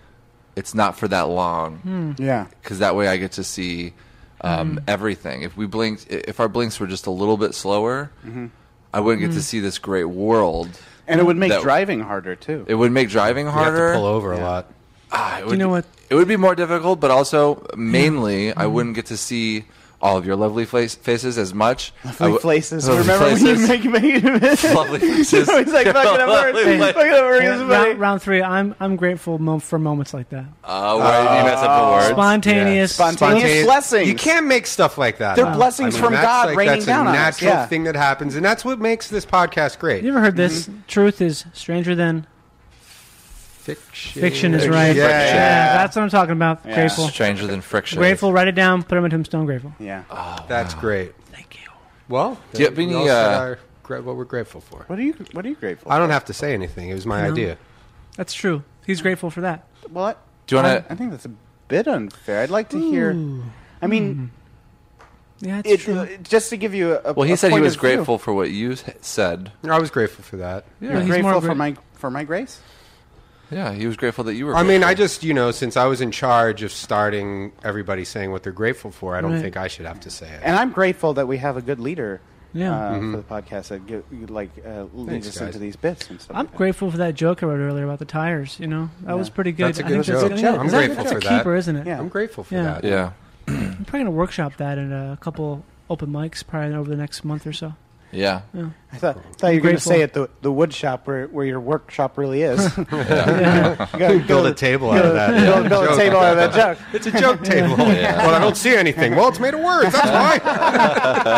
it's not for that long. Hmm. Yeah. because that way I get to see um, everything. If we blinked, i- if our blinks were just a little bit slower, Mhm. I wouldn't get Mm. to see this great world. And it would make that- driving harder too. It would make driving You'd have to harder. pull over a lot. Ah, it would, You know what? Mm-hmm. It would be more difficult, but also mainly I wouldn't get to see all of your lovely face, faces as much. I Lovely would- places. lovely Remember when you faces. make me? Lovely places. It's like fucking up words. Lovely Fucking up words. Yeah, buddy. round, round three. I'm I'm grateful mo- for moments like that. Uh, where you mess up Oh. the words. Spontaneous- Spontaneous blessings. You can't make stuff like that. They're up. blessings I mean, from that's God like, raining that's down a on us, natural yeah. thing that happens, and that's what makes this podcast great. You ever heard this? Truth is stranger than Fiction. fiction is right. Yeah. that's what I'm talking about. Yeah. Grateful. Stranger than friction. Grateful. Write it down. Put it on my tombstone. Grateful. Yeah. That's great. Thank you. Well, Do you have we any, all said uh, our gra- what we're grateful for. What are you? What are you grateful? I don't have to say anything. It was my No. idea. That's true. He's grateful for that. What? Do you wanna- I, I think that's a bit unfair. I'd like to hear. Ooh. I mean, yeah, it, uh, just to give you a. Well, he a said he point was of view. grateful for what you s- said. I was grateful for that. Yeah. You're He's grateful more for gra- my for my grace. Yeah, he was grateful that you were. I mean, grateful. I just you know, since I was in charge of starting everybody saying what they're grateful for, I don't Right. think I should have to say it. And I'm grateful that we have a good leader. Yeah. Uh, Mhm. For the podcast that give, you, like uh, leads Thanks, us guys. into these bits and stuff. I'm grateful for that joke I wrote earlier about the tires. You know, that Yeah. was pretty good. That's a I good think that's joke. gonna- yeah, I'm is that- grateful that's for a that. keeper, isn't it? Yeah. I'm grateful for Yeah. that. Yeah. I'm probably gonna workshop that in a couple open mics probably over the next month or so. Yeah. I thought, thought you were going to Grateful. say at the the wood shop where, where your workshop really is. Yeah. You gotta Build a table out of that, yeah. Build, build a Joke. table out of that joke. It's a joke table. Well, I don't see anything. Well, it's made of words. That's why. Oh,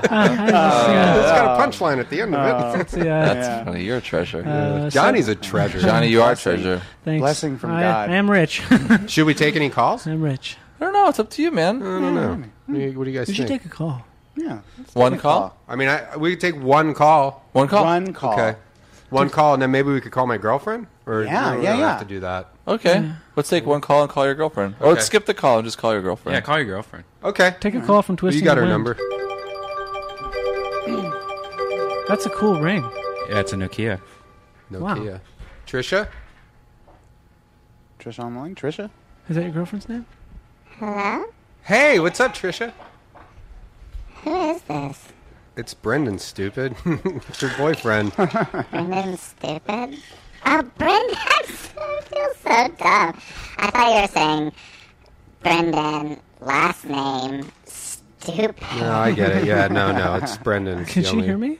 it's got a punchline at the end of it. That's funny. You're a treasure. Uh, Uh, Johnny's a treasure. Johnny, you are a treasure. Thanks. Blessing from I, God. I am rich. Should we take any calls? I'm rich. I don't know. It's up to you, man. I don't know. What do you guys You should think? take a call. Yeah. One call? I mean, I, we could take one call. One call? One call. Okay. One call, and then maybe we could call my girlfriend. Or Yeah, we don't yeah, have yeah. to do that. Okay. Let's take one call and call your girlfriend. Or Okay. let's skip the call and just call your girlfriend. Yeah, call your girlfriend. Okay. Take a call from Twisting. you got the her Wind. number. That's a cool ring. Yeah, it's a Nokia. Nokia. Trisha? Trisha on the line. Trisha. Is that your girlfriend's name? Hello? Hey, what's up, Trisha? Who is this? It's Brendan, stupid. it's your boyfriend. Brendan Stupid? Oh, Brendan! I feel so dumb. I thought you were saying Brendan, last name, Stupid. No, I get it. Yeah, no, no, it's Brendan. It's Can the she only- hear me?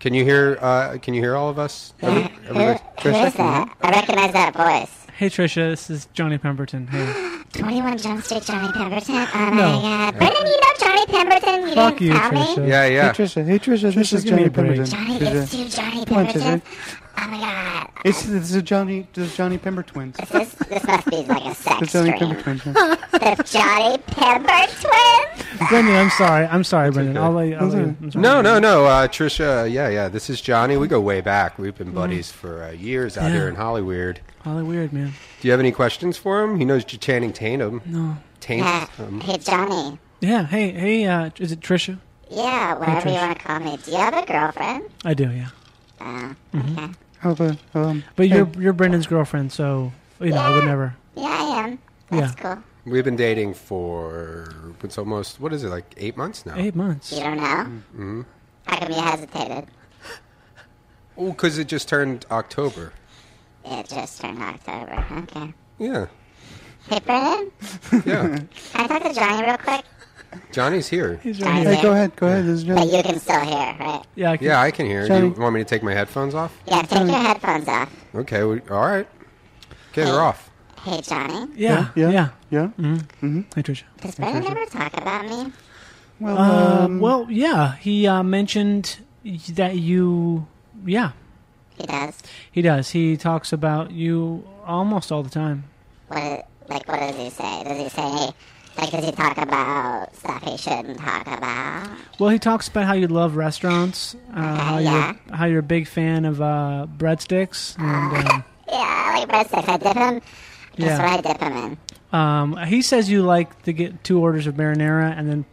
Can you hear? Uh, can you hear all of us? Every- everybody- Who is that? I recognize that voice. Hey, Trisha. This is Johnny Pemberton. Hey. 21 Jump Street, Johnny Pemberton. Oh No. my god. Brendan, you know Johnny Pemberton? You Fuck didn't you, tell me? Trisha. Yeah, yeah. Hey Trisha. Hey Trisha. this is give me Johnny a break. Pemberton. Johnny, it's you, Johnny Oh Come on, Pemberton. Trisha. It's this is Johnny. This is Johnny Pember twins. This, this must be like a This sex is Johnny dream. Pember twins. yeah. the Johnny Pember twins? Brendan, I'm sorry. I'm sorry, Brendan. I'll let you. I'll let you. I'm sorry. No, no, no, uh, Trisha. Yeah, yeah. This is Johnny. We go way back. We've been buddies for uh, years out Yeah. here in Hollyweird. Holly Weird, man. Do you have any questions for him? He knows J- Channing Tatum. No. Yeah. Taint. Um, Hey, Johnny. Yeah. Hey. Hey. Uh, is it Trisha? Yeah, whatever you Trisha. want to call me. Do you have a girlfriend? I do. Yeah. Uh, okay. How about um? But hey, you're you're Brendan's girlfriend, so you know I would never. Yeah, I am. Yeah. Cool. We've been dating for it's almost what is it like eight months now? Eight months. You don't know? Mm-hmm. How come you hesitated? Oh, because it just turned October. It just turned October. Okay. Yeah, Hey, Brendan, yeah. can I talk to Johnny real quick? Johnny's here. Johnny's here. go ahead. Go ahead. This is But Johnny. you can still hear, right? Yeah. I can, Yeah, I can hear. Do Johnny. you want me to take my headphones off? Yeah, take your headphones off. Okay. We, all right. Okay, they're off. Hey, Johnny, Yeah. Yeah. Yeah. Yeah. Mm-hmm. Hey, Trisha. does Brendan ever talk about me? Well, Um, well, yeah. He uh, mentioned y- that you. Yeah, He does. he does. He talks about you almost all the time. What, is, like, what does he say? Does he say, like, does he talk about stuff he shouldn't talk about? Well, he talks about how you love restaurants, uh, how Yeah. you're how you're a big fan of uh, breadsticks, and um, Yeah, I like breadsticks. I dip him. Guess Yeah. what I dip him in? um, he says you like to get two orders of marinara and then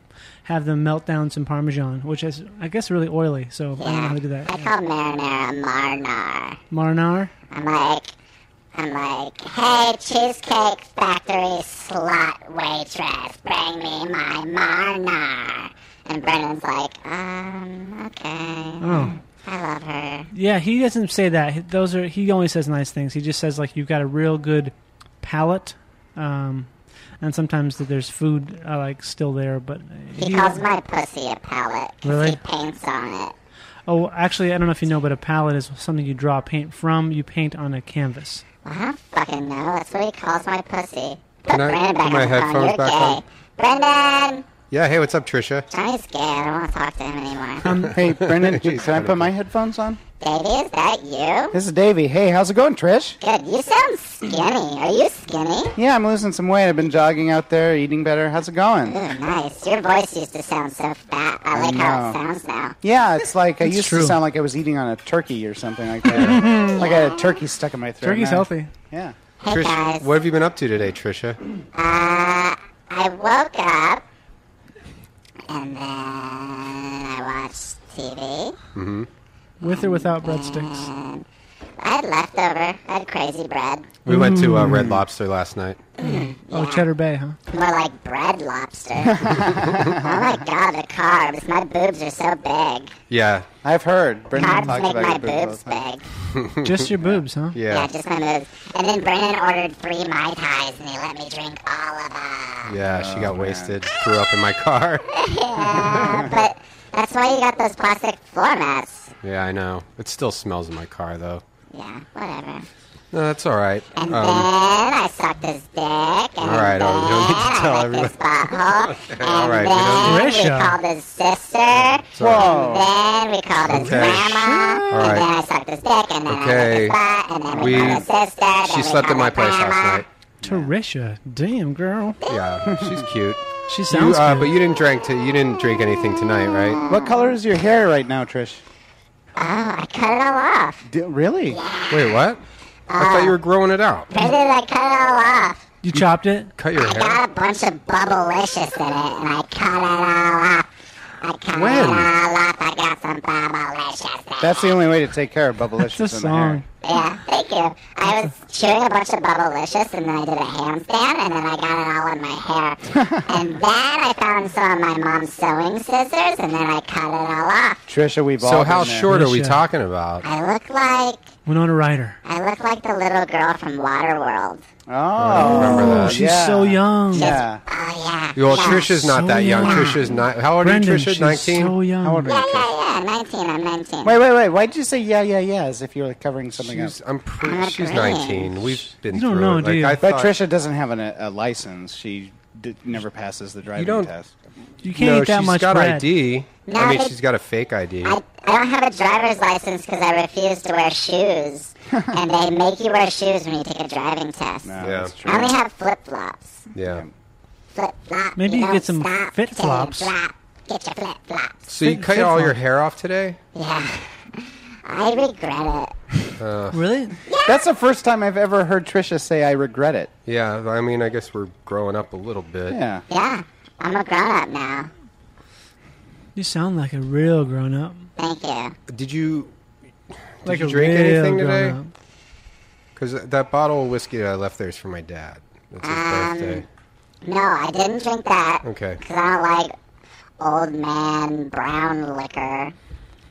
have them melt down some parmesan, which is I guess really oily. So I don't know how to do that. I call marinara marnar. Marinar. I'm like, I'm like, hey, Cheesecake Factory slut waitress, bring me my marnar. And Brennan's like, um, okay. Oh. I love her. Yeah, he doesn't say that. He- Those are he only says nice things. He just says like you've got a real good palate, um, and sometimes that there's food uh, like still there. But He he- calls my pussy a palette. 'cause Really? He paints on it. oh, actually, I don't know if you know, but a palette is something you draw paint from. You paint on a canvas. Well, I don't fucking know. That's what he calls my pussy. Put Can I Brendan put back my on the phone. headphones You're back gay. on? Brendan! Yeah. Hey, what's up, Trisha? Johnny's gay. I don't want to talk to him anymore. Um, hey Brendan, Jeez, can I Brendan. put my headphones on? Davey, is that you? This is Davey. Hey, how's it going, Trish? Good. You sound skinny. Are you skinny? Yeah, I'm losing some weight. I've been jogging out there, eating better. How's it going? Ooh, nice. Your voice used to sound so fat. I like how it know. sounds now. Yeah, it's like I It's used true. to sound like I was eating on a turkey or something like that. like I had a turkey stuck in my throat. Turkey's Now- healthy. Yeah. Hey Trish, guys, uh, what have you been up to today, Trisha? I woke up and then I watched TV. With or without breadsticks. I had leftover. I had crazy bread. We went to uh, Red Lobster last night. Oh, Cheddar Bay, huh? More like bread lobster. oh my god, the carbs. My boobs are so big. Yeah, I've heard. Brendan Carbs talks make about my your boobs all boobs the time. big. Just your boobs, huh? yeah. Yeah, just my boobs. And then Brennan ordered three Mai Tais and he let me drink all of them. Yeah, she got wasted, threw up in my car. Yeah, but That's why you got those plastic floor mats. Yeah, I know. It still smells in my car, though. Yeah, whatever. No, that's all right. And Um, then I sucked his dick. And all right, then all right. You don't need to tell I licked everyone. his butthole. and all right, we then don't- we Grisha. called his sister. Whoa. And then we called his Oh. Okay. grandma. All And then right. I sucked his dick. And then Okay. I licked his butt. And then we, We- called his sister. Then She we slept at called my his place grandma. last Tarisha, damn girl. night. Yeah, she's cute. She sounds you, uh, good. But you didn't drink. T- you didn't drink anything tonight, right? What color is your hair right now, Trish? Oh, I cut it all off. D- really? Wait, what? I thought you were growing it out. Pretty, I cut it all off. You chopped it? Cut your I hair. got a bunch of bubblicious in it, and I cut it all off. I cut it When? all off. I got some bubblicious. That's the only way to take care of bubblicious That's a in the hair. Yeah, thank you. I was chewing a bunch of Bubblicious, and then I did a handstand, and then I got it all in my hair. and then I found some of my mom's sewing scissors, and then I cut it all off. Trisha, we've all So how been there. short are we talking about? I look like Winona Ryder. Uh, I look like the little girl from Waterworld. Oh, remember that. she's so young. Yeah. Well, Oh, Yeah. Trisha's not So that young. young. Trisha's not. How old Brendan, are you, Trisha? she's Nineteen. so young. How old are Yeah, you? yeah, yeah. Nineteen. I'm nineteen. Wait, wait, wait. Why did you say yeah, yeah, yeah as if you were covering something She's, up? I'm pretty. I'm She's agreeing. nineteen. We've been You don't through know, it. do you? I but thought- Trisha doesn't have an, a license. She did, never passes the driving don't- test. You no, She's got ID. No, I mean, but- she's got a fake ID. I don't have a driver's license because I refuse to wear shoes, and they make you wear shoes when you take a driving test. yeah. I only have flip flops. Yeah. Flip flop. Maybe you don't get some stop fit till you flops. drop. Get your flip flops. So you cut all your hair off today? Yeah. I regret it. Uh, Really? That's the first time I've ever heard Trisha say, I regret it. Yeah. I mean, I guess we're growing up a little bit. Yeah. Yeah. I'm a grown up now. You sound like a real grown up. Thank you. Did you? Did Like you a drink real anything today? grown-up. Because that bottle of whiskey I left there is for my dad. It's his birthday. No, I didn't drink that Okay. because I don't like old man brown liquor.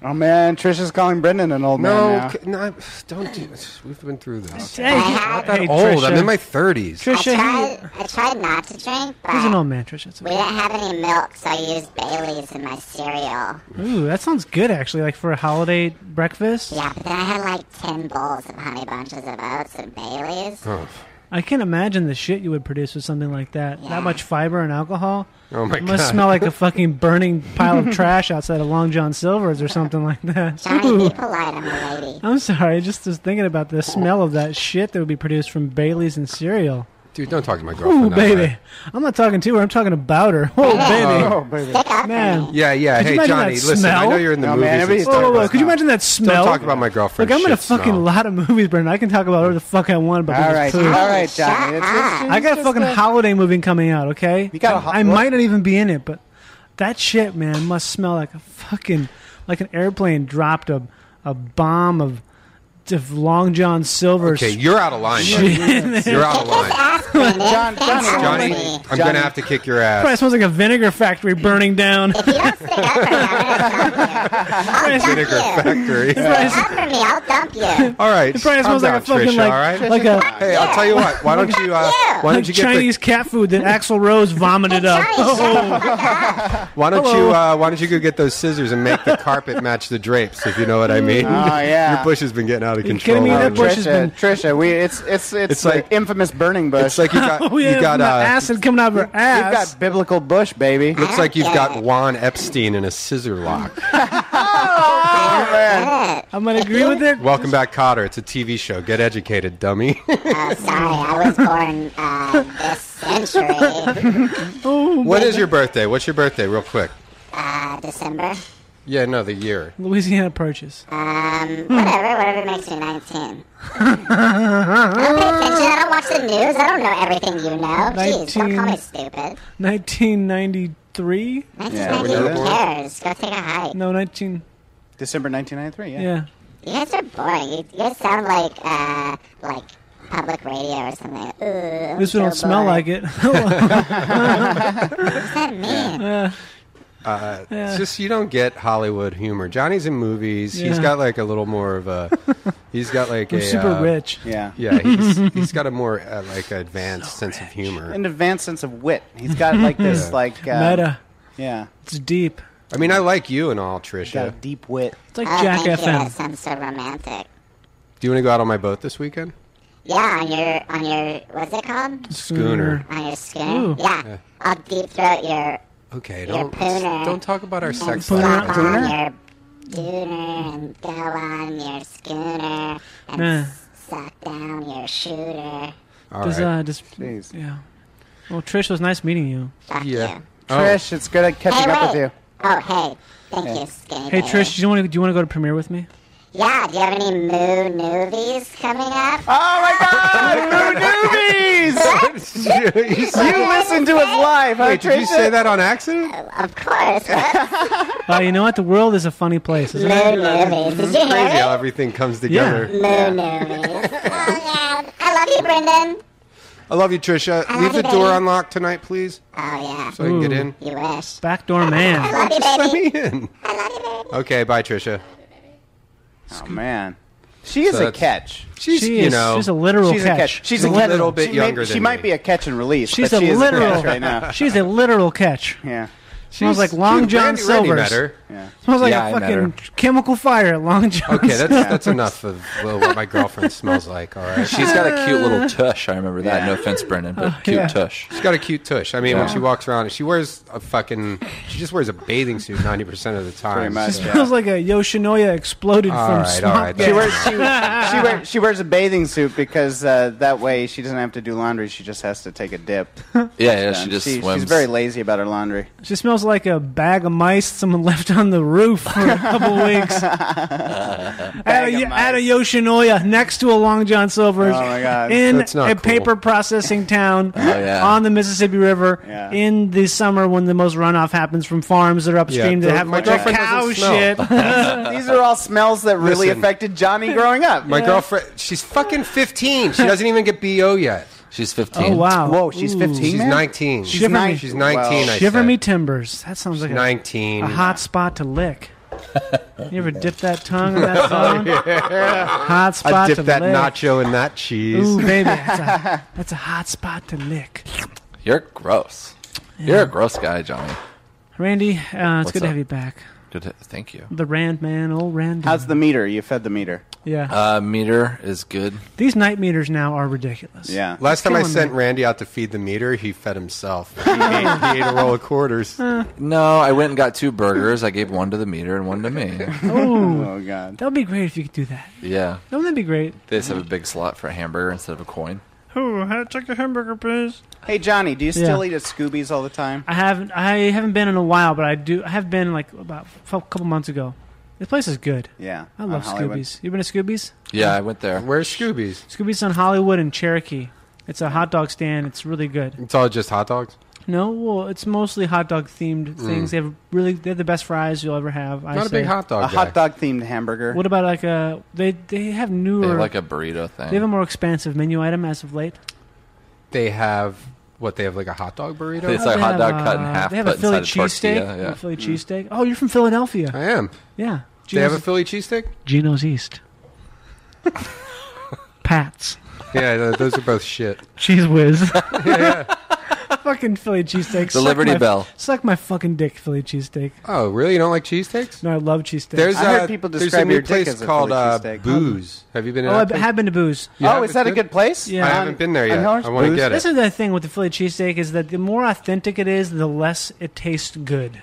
Oh, man. Trisha's calling Brendan an old man. No, Now. c- no, don't do this. We've been through this. Hey, I'm not that hey, old. I'm Trisha. in my 30s. Trisha, I he- tried, I tried not to drink, but he's an old man, Trisha. It's we didn't have any milk, so I used Bailey's in my cereal. Ooh, that sounds good actually. Like for a holiday breakfast. Yeah, but then I had like 10 bowls of honey bunches of oats and Bailey's. Oh, I can imagine the shit you would produce with something like that. That much fiber and alcohol. Oh my it must God. smell like a fucking burning pile of trash outside of Long John Silver's or something like that. Johnny, Ooh. be polite, I'm a lady. I'm sorry, I just was thinking about the smell of that shit that would be produced from Bailey's and cereal. dude, don't talk to my girlfriend. Ooh, that way. baby. I'm not talking to her, I'm talking about her. Oh, baby. Oh, baby. Man. Yeah, yeah. Could you hey, imagine Johnny, that listen, I smell? know you're in the No, man, movies. and everybody's stuff, Whoa, whoa, whoa. but Could you imagine that Don't smell? talk about my girlfriend. Look, I'm in a shit fucking smell. lot of movies, Brendan. I can talk about whatever the fuck I want about All people's right. food. All right, Johnny. It's just- I got a just fucking holiday movie coming out, okay? You got a ho- I what? might not even be in it, but that shit, man, must smell like a fucking like an airplane dropped a a bomb of, of Long John Silver's. Okay, you're out of line. buddy. you're out of line. John, Johnny, Johnny, I'm going to have to kick your Probably ass. smells like a vinegar factory burning down. Vinegar factory. Up for me, I'll dump you. All right. It probably calm smells like down, a fucking Trisha, like, all right? like a Hey, I'll tell you what. Why don't you? Uh, why like don't you get Chinese cat food that Axl Rose vomited up. the? Why don't Hello. you? Uh, why don't you go get those scissors and make the carpet match the drapes? If you know what I mean. Oh, yeah. Your bush has been getting out of you control. kidding me? That lately. bush has Trisha, been- Trisha, we it's it's it's, It's the like- infamous burning bush. It's like you got. oh yeah, you got. from that uh, acid coming out of her You've ass. got biblical bush, baby. Looks like you've got Juan Epstein in a scissor lock. I'm gonna agree with it. Welcome back, Cotter. It's a TV show. Get educated, dummy. Oh, sorry, I was born uh, this century, when is your birthday? What's your birthday, real quick? uh, December. Yeah, no, the year. Louisiana Purchase. Um, whatever, whatever makes me 19. I don't pay attention, I don't watch the news, I don't know everything you know. Jeez, don't call me 19. stupid. 1993? Yeah, we know 1990, who that. cares? Go take a hike. No, 19. December 1993. Yeah. Yeah. You guys are boring. You, you guys sound like, uh, like public radio or something. Ooh, At least we don't smell like it. What's that mean? Uh, It's just you don't get Hollywood humor. Johnny's in movies. He's Yeah. got like a little more of a. He's got like We're a super uh, rich. Yeah. Yeah, he's, he's got a more uh, like advanced sense of humor. An advanced sense of wit. He's got like this, like uh, Meta. Yeah. It's deep. I mean, I like you and all, Tricia. Got a deep wit. It's oh, thank You. That sounds so romantic. Do you want to go out on my boat this weekend? Yeah, on your on your what's it called? Schooner. On your Ooh. schooner. Yeah. Yeah. I'll deep throat your Okay, your don't pooner. don't talk about our and sex slap life. on your dooner and go on your schooner and Mm-hmm. Yeah. suck down your shooter. Does, uh, does, yeah. Well, Trish, it was nice meeting you. Yeah. Trish, it's good catching Hey, up with wait. you. Oh hey, thank you, skinny. Hey, baby. Trish, do you want to do you want to go to premiere with me? Yeah, do you have any moo movies coming up? Ah. Oh my god, moo movies! you listen to us live, huh, Wait, did Trish? you say that on accident? Of course. Uh, you know what? The world is a funny place, isn't Moo it? movies. Did you Crazy hear how it? everything comes together. Moo movies. oh yeah, I love you, Brendan. I love you, Trisha. I love Leave the you, door baby. unlocked tonight, please, Oh yeah. so I can get in. You wish. Backdoor man. I love you, Just let baby. me in. Okay, bye, Trisha. Oh man, she is So a that's- catch. She's She you is- know she's a literal she's A catch. catch. She's A a little literal- bit she may- younger She than might me. be a catch and release. She's but a she is literal. catch right now. She's a literal catch. Yeah. Smells like Long dude, John Randy- Randy Silver's. met her. Yeah. Smells like Yeah, a I met fucking chemical fire. at Long John. Okay, that's Silver's. that's enough of well, what my girlfriend smells like. All right, She's got a cute little tush. I remember that. No offense, Brendan, but cute Oh, yeah. tush. She's got a cute tush. I mean, when Yeah. she walks around, she wears a fucking. She just wears a bathing suit ninety percent of the time. Pretty much, so- yeah. Smells like a Yoshinoya exploded All from right, swamp all right, gas. She wears she, she wears she wears a bathing suit because uh, that way she doesn't have to do laundry. She just has to take a dip. Yeah, yeah. She Um, just she- swims. She's very lazy about her laundry. She smells like a bag of mice someone left on the roof for a couple weeks. at, of a, mice. at a Yoshinoya next to a Long John Silver's Oh my god. in a That's not cool. paper processing town Uh, Oh, yeah. on the Mississippi River Yeah. in the summer when the most runoff happens from farms that are upstream Yeah, that the- have my like girlfriend cow doesn't smell. shit. These are all smells that really Listen. affected Johnny growing up. My girlfriend, she's fucking fifteen. She doesn't even get bo yet. She's oh 15. wow! Whoa, she's Ooh. 15 She's now? nineteen. She's nine. She's nineteen. I Shiver said. me timbers. That sounds like a, Nineteen. a hot spot to lick. You ever dip that tongue in that zone? Hot spot I to dipped that lick. nacho in that cheese. Ooh, baby, that's a, that's a hot spot to lick. You're gross. You're a gross guy, Johnny. Randy, uh, it's What's good to up? have you back. Good. to- Thank you. The Rand man, old Rand. How's the meter? You fed the meter. yeah, Uh, meter is good. these night meters now are ridiculous. Yeah. Last time I killing sent me. Randy out to feed the meter, he fed himself. he, ate, he ate a roll of quarters. No, I went and got two burgers. I gave one to the meter and one to me. Oh, Oh god. that would be great if you could do that. Yeah. Don't that be great? They just have a big slot for a hamburger instead of a coin. Oh, hey, take a hamburger, please. Hey Johnny, do you still Yeah. eat at Scoobies all the time? I haven't. I haven't been in a while, but I do. I have been like about a couple months ago. This place is good. Yeah. I on love Hollywood. Scoobies. You been to Scoobies? Yeah, I went there. Where's Scoobies? Scoobies on Hollywood and Cherokee. It's a hot dog stand. It's really good. It's all just hot dogs. No, well, it's mostly hot dog themed Mm. things. They have really they have the best fries you'll ever have. I Not a say. big hot Oh, dog. A guy. hot dog themed hamburger. What about like a they they have newer They they, have like a burrito thing. have a more expansive menu item as of late. They have what? They have like a hot dog burrito. It's like They hot have, dog cut in uh, half, They have a but Philly inside a cheesesteak. tortilla, yeah. Mm. A Philly cheesesteak. Oh, you're from Philadelphia. I am. Yeah. They have a Geno's, Philly cheesesteak. Geno's East. Pat's. Yeah, th- those are both shit. Cheese whiz. fucking Philly cheesesteak. The Suck Liberty my- Bell. Suck my fucking dick, Philly cheesesteak. Oh, really? You don't like cheesesteaks? No, I love cheesesteak. There's I heard uh, people there's a describe new your dick place as a called Philly uh, cheesesteak. Booze. Have you been? in oh, that I place? have been to booze. You oh, have? is It's that a good place? Yeah. I on- haven't been there yet. Hillhurst? I want to Booze? get This it. is the thing with the Philly cheesesteak is that the more authentic it is, the less it tastes good.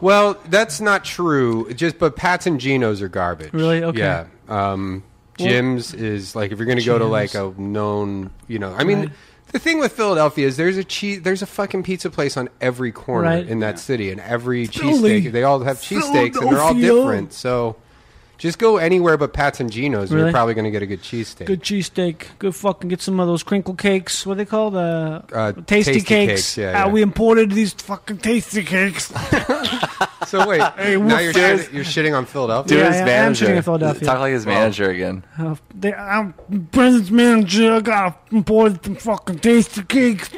Well, that's not true. It Just but Pat's and Geno's are garbage. Really? Okay. Yeah. Um, Jim's is like if you're going to go to like a known, you know, I mean, Right. the thing with Philadelphia is there's a cheese, there's a fucking pizza place on every corner Right. in that city, and every Philly. cheesesteak they all have cheesesteaks and they're all Philadelphia. different. So just go anywhere but Pat's and Geno's, and Really? you're probably going to get a good cheesesteak. Good cheesesteak. Good fucking get some of those crinkle cakes. What are they called? Uh, Uh, tasty, tasty cakes. cakes, yeah, Uh, yeah. we imported these fucking tasty cakes. So wait, now what you're, does- shitting, you're shitting on Philadelphia. Dude, Yeah, his yeah, I'm manager. shooting in Philadelphia. Talk like his manager again. Uh, they, I'm president's manager. I got imported some fucking tasty cakes.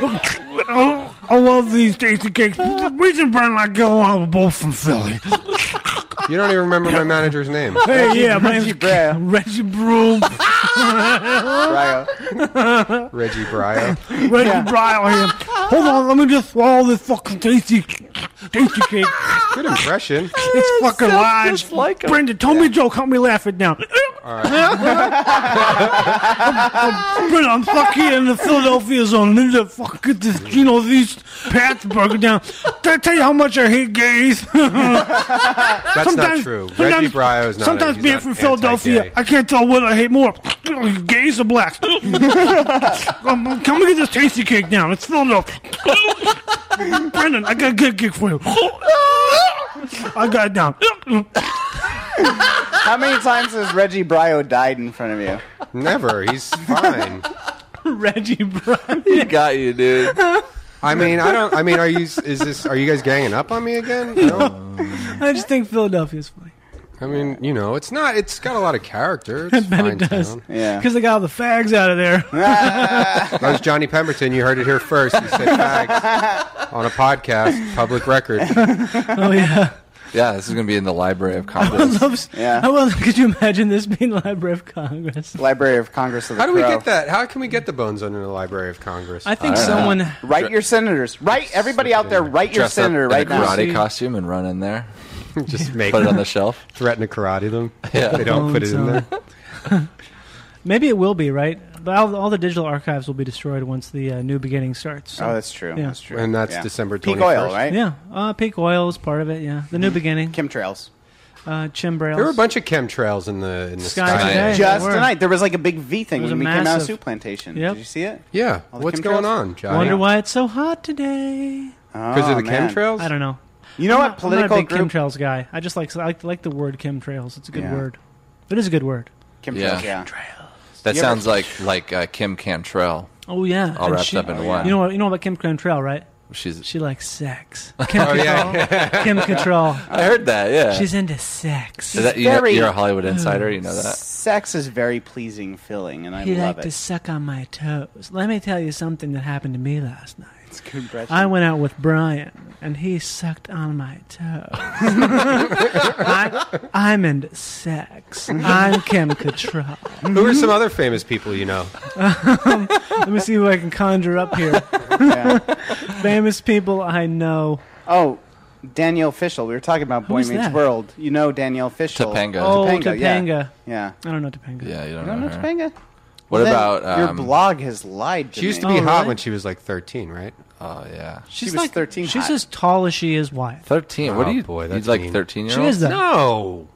I love these tasty cakes. The reason Brian and I get along, we're both from Philly. You don't even remember my manager's name. Hey, yeah, my name's Brad. Reggie Broom. Right. Reggie Brio. Reggie Bryant here. Hold on, let me just swallow this fucking tasty, tasty cake. Good impression. It's fucking sounds lies. just like him. Brenda, tell me a joke. Help me laugh it down. All I'm, Brenda, I'm stuck here in the Philadelphia zone. And the fuck, get this, you know, these paths broken down. Did I tell you how much I hate gays? That's not Sometimes- true. Reggie sometimes- Brio is not. Sometimes he's being not from Philadelphia, anti-gay. I can't tell what I hate more: gays or blacks. um, come and get this tasty cake now. It's Philadelphia. Brendan, I got a good gig for you. I got it down. How many times has Reggie Brio died in front of you? Never. He's fine. Reggie Brio. He got you, dude. I mean, I don't. I mean, are you? Is this? Are you guys ganging up on me again? I don't- I just think Philadelphia's funny I mean, you know, it's not. It's got a lot of character. It's bet fine it does. town. because they got all the fags out of there. that was Johnny Pemberton. You heard it here first. He said fags on a podcast, public record. oh yeah. Yeah, this is gonna be in the Library of I would Congress. love, I would love- could you imagine this being Library of Congress? Library of Congress of the How do we Crow. get that? How can we get the bone zone in the Library of Congress? I think I don't someone- know. Write your senators. Write everybody out there. Write your Dress senator up right in a now. karate costume and run in there. Just make put it on the shelf. Threaten to karate them. Yeah. They don't put it in there. Maybe it will be right, but all, all the digital archives will be destroyed once the uh, new beginning starts. so- Oh, that's true. Yeah. That's true. And that's December Peak oil, 21st. right? Yeah, uh, peak oil is part of it. Yeah, the new beginning. Chemtrails. Uh, chemtrails. There were a bunch of chemtrails in the in the Sky sky. today. Yeah, Just we're- tonight, there was like a big V thing There's when a we came out of massive- Soup Plantation. Yep. Did you see it? Yeah. All the What's chemtrails? going on, Johnny? Wonder why it's so hot today. Because Oh, of the chemtrails? I don't know. You know I'm what not- political I'm not a group- big chemtrails guy. I just like I like, like the word chemtrails. It's a good Yeah. word. It is a good word. Chemtrails, yeah. That You ever- sounds like like uh, Kim Cantrell. Oh yeah, all And wrapped she- up in one. You know what? You know about Kim Cattrall, right? She's She likes sex. Oh, Kim Cattrall. yeah. Kim Cattrall. I heard that, yeah. She's into sex. Is that- you know- you're a Hollywood insider, you know that. Sex is very pleasing, filling, and I he love liked it. to suck on my toes. Let me tell you something that happened to me last night. It's good impression. I went out with Brian, and he sucked on my toes. I, I'm into sex. I'm Kim Cattrall. Who are some other famous people you know? Um, let me see who I can conjure up here. Famous people I know. Oh, Danielle Fishel. We were talking about Boy Who's Meets that? World. You know Danielle Fishel. Topanga. Uh-huh. Oh, yeah. Topanga. Yeah. I don't know Topanga. Yeah, you don't You don't know know her. Topanga? What Then about your um, blog has lied to She used to me. be Oh, hot really? when she was like 13, right? Oh yeah. She was 13 She's hot. as tall as she is wide. Thirteen. what Oh, are you? boy, Boy, that's that's like mean. thirteen year She old. is, though. No.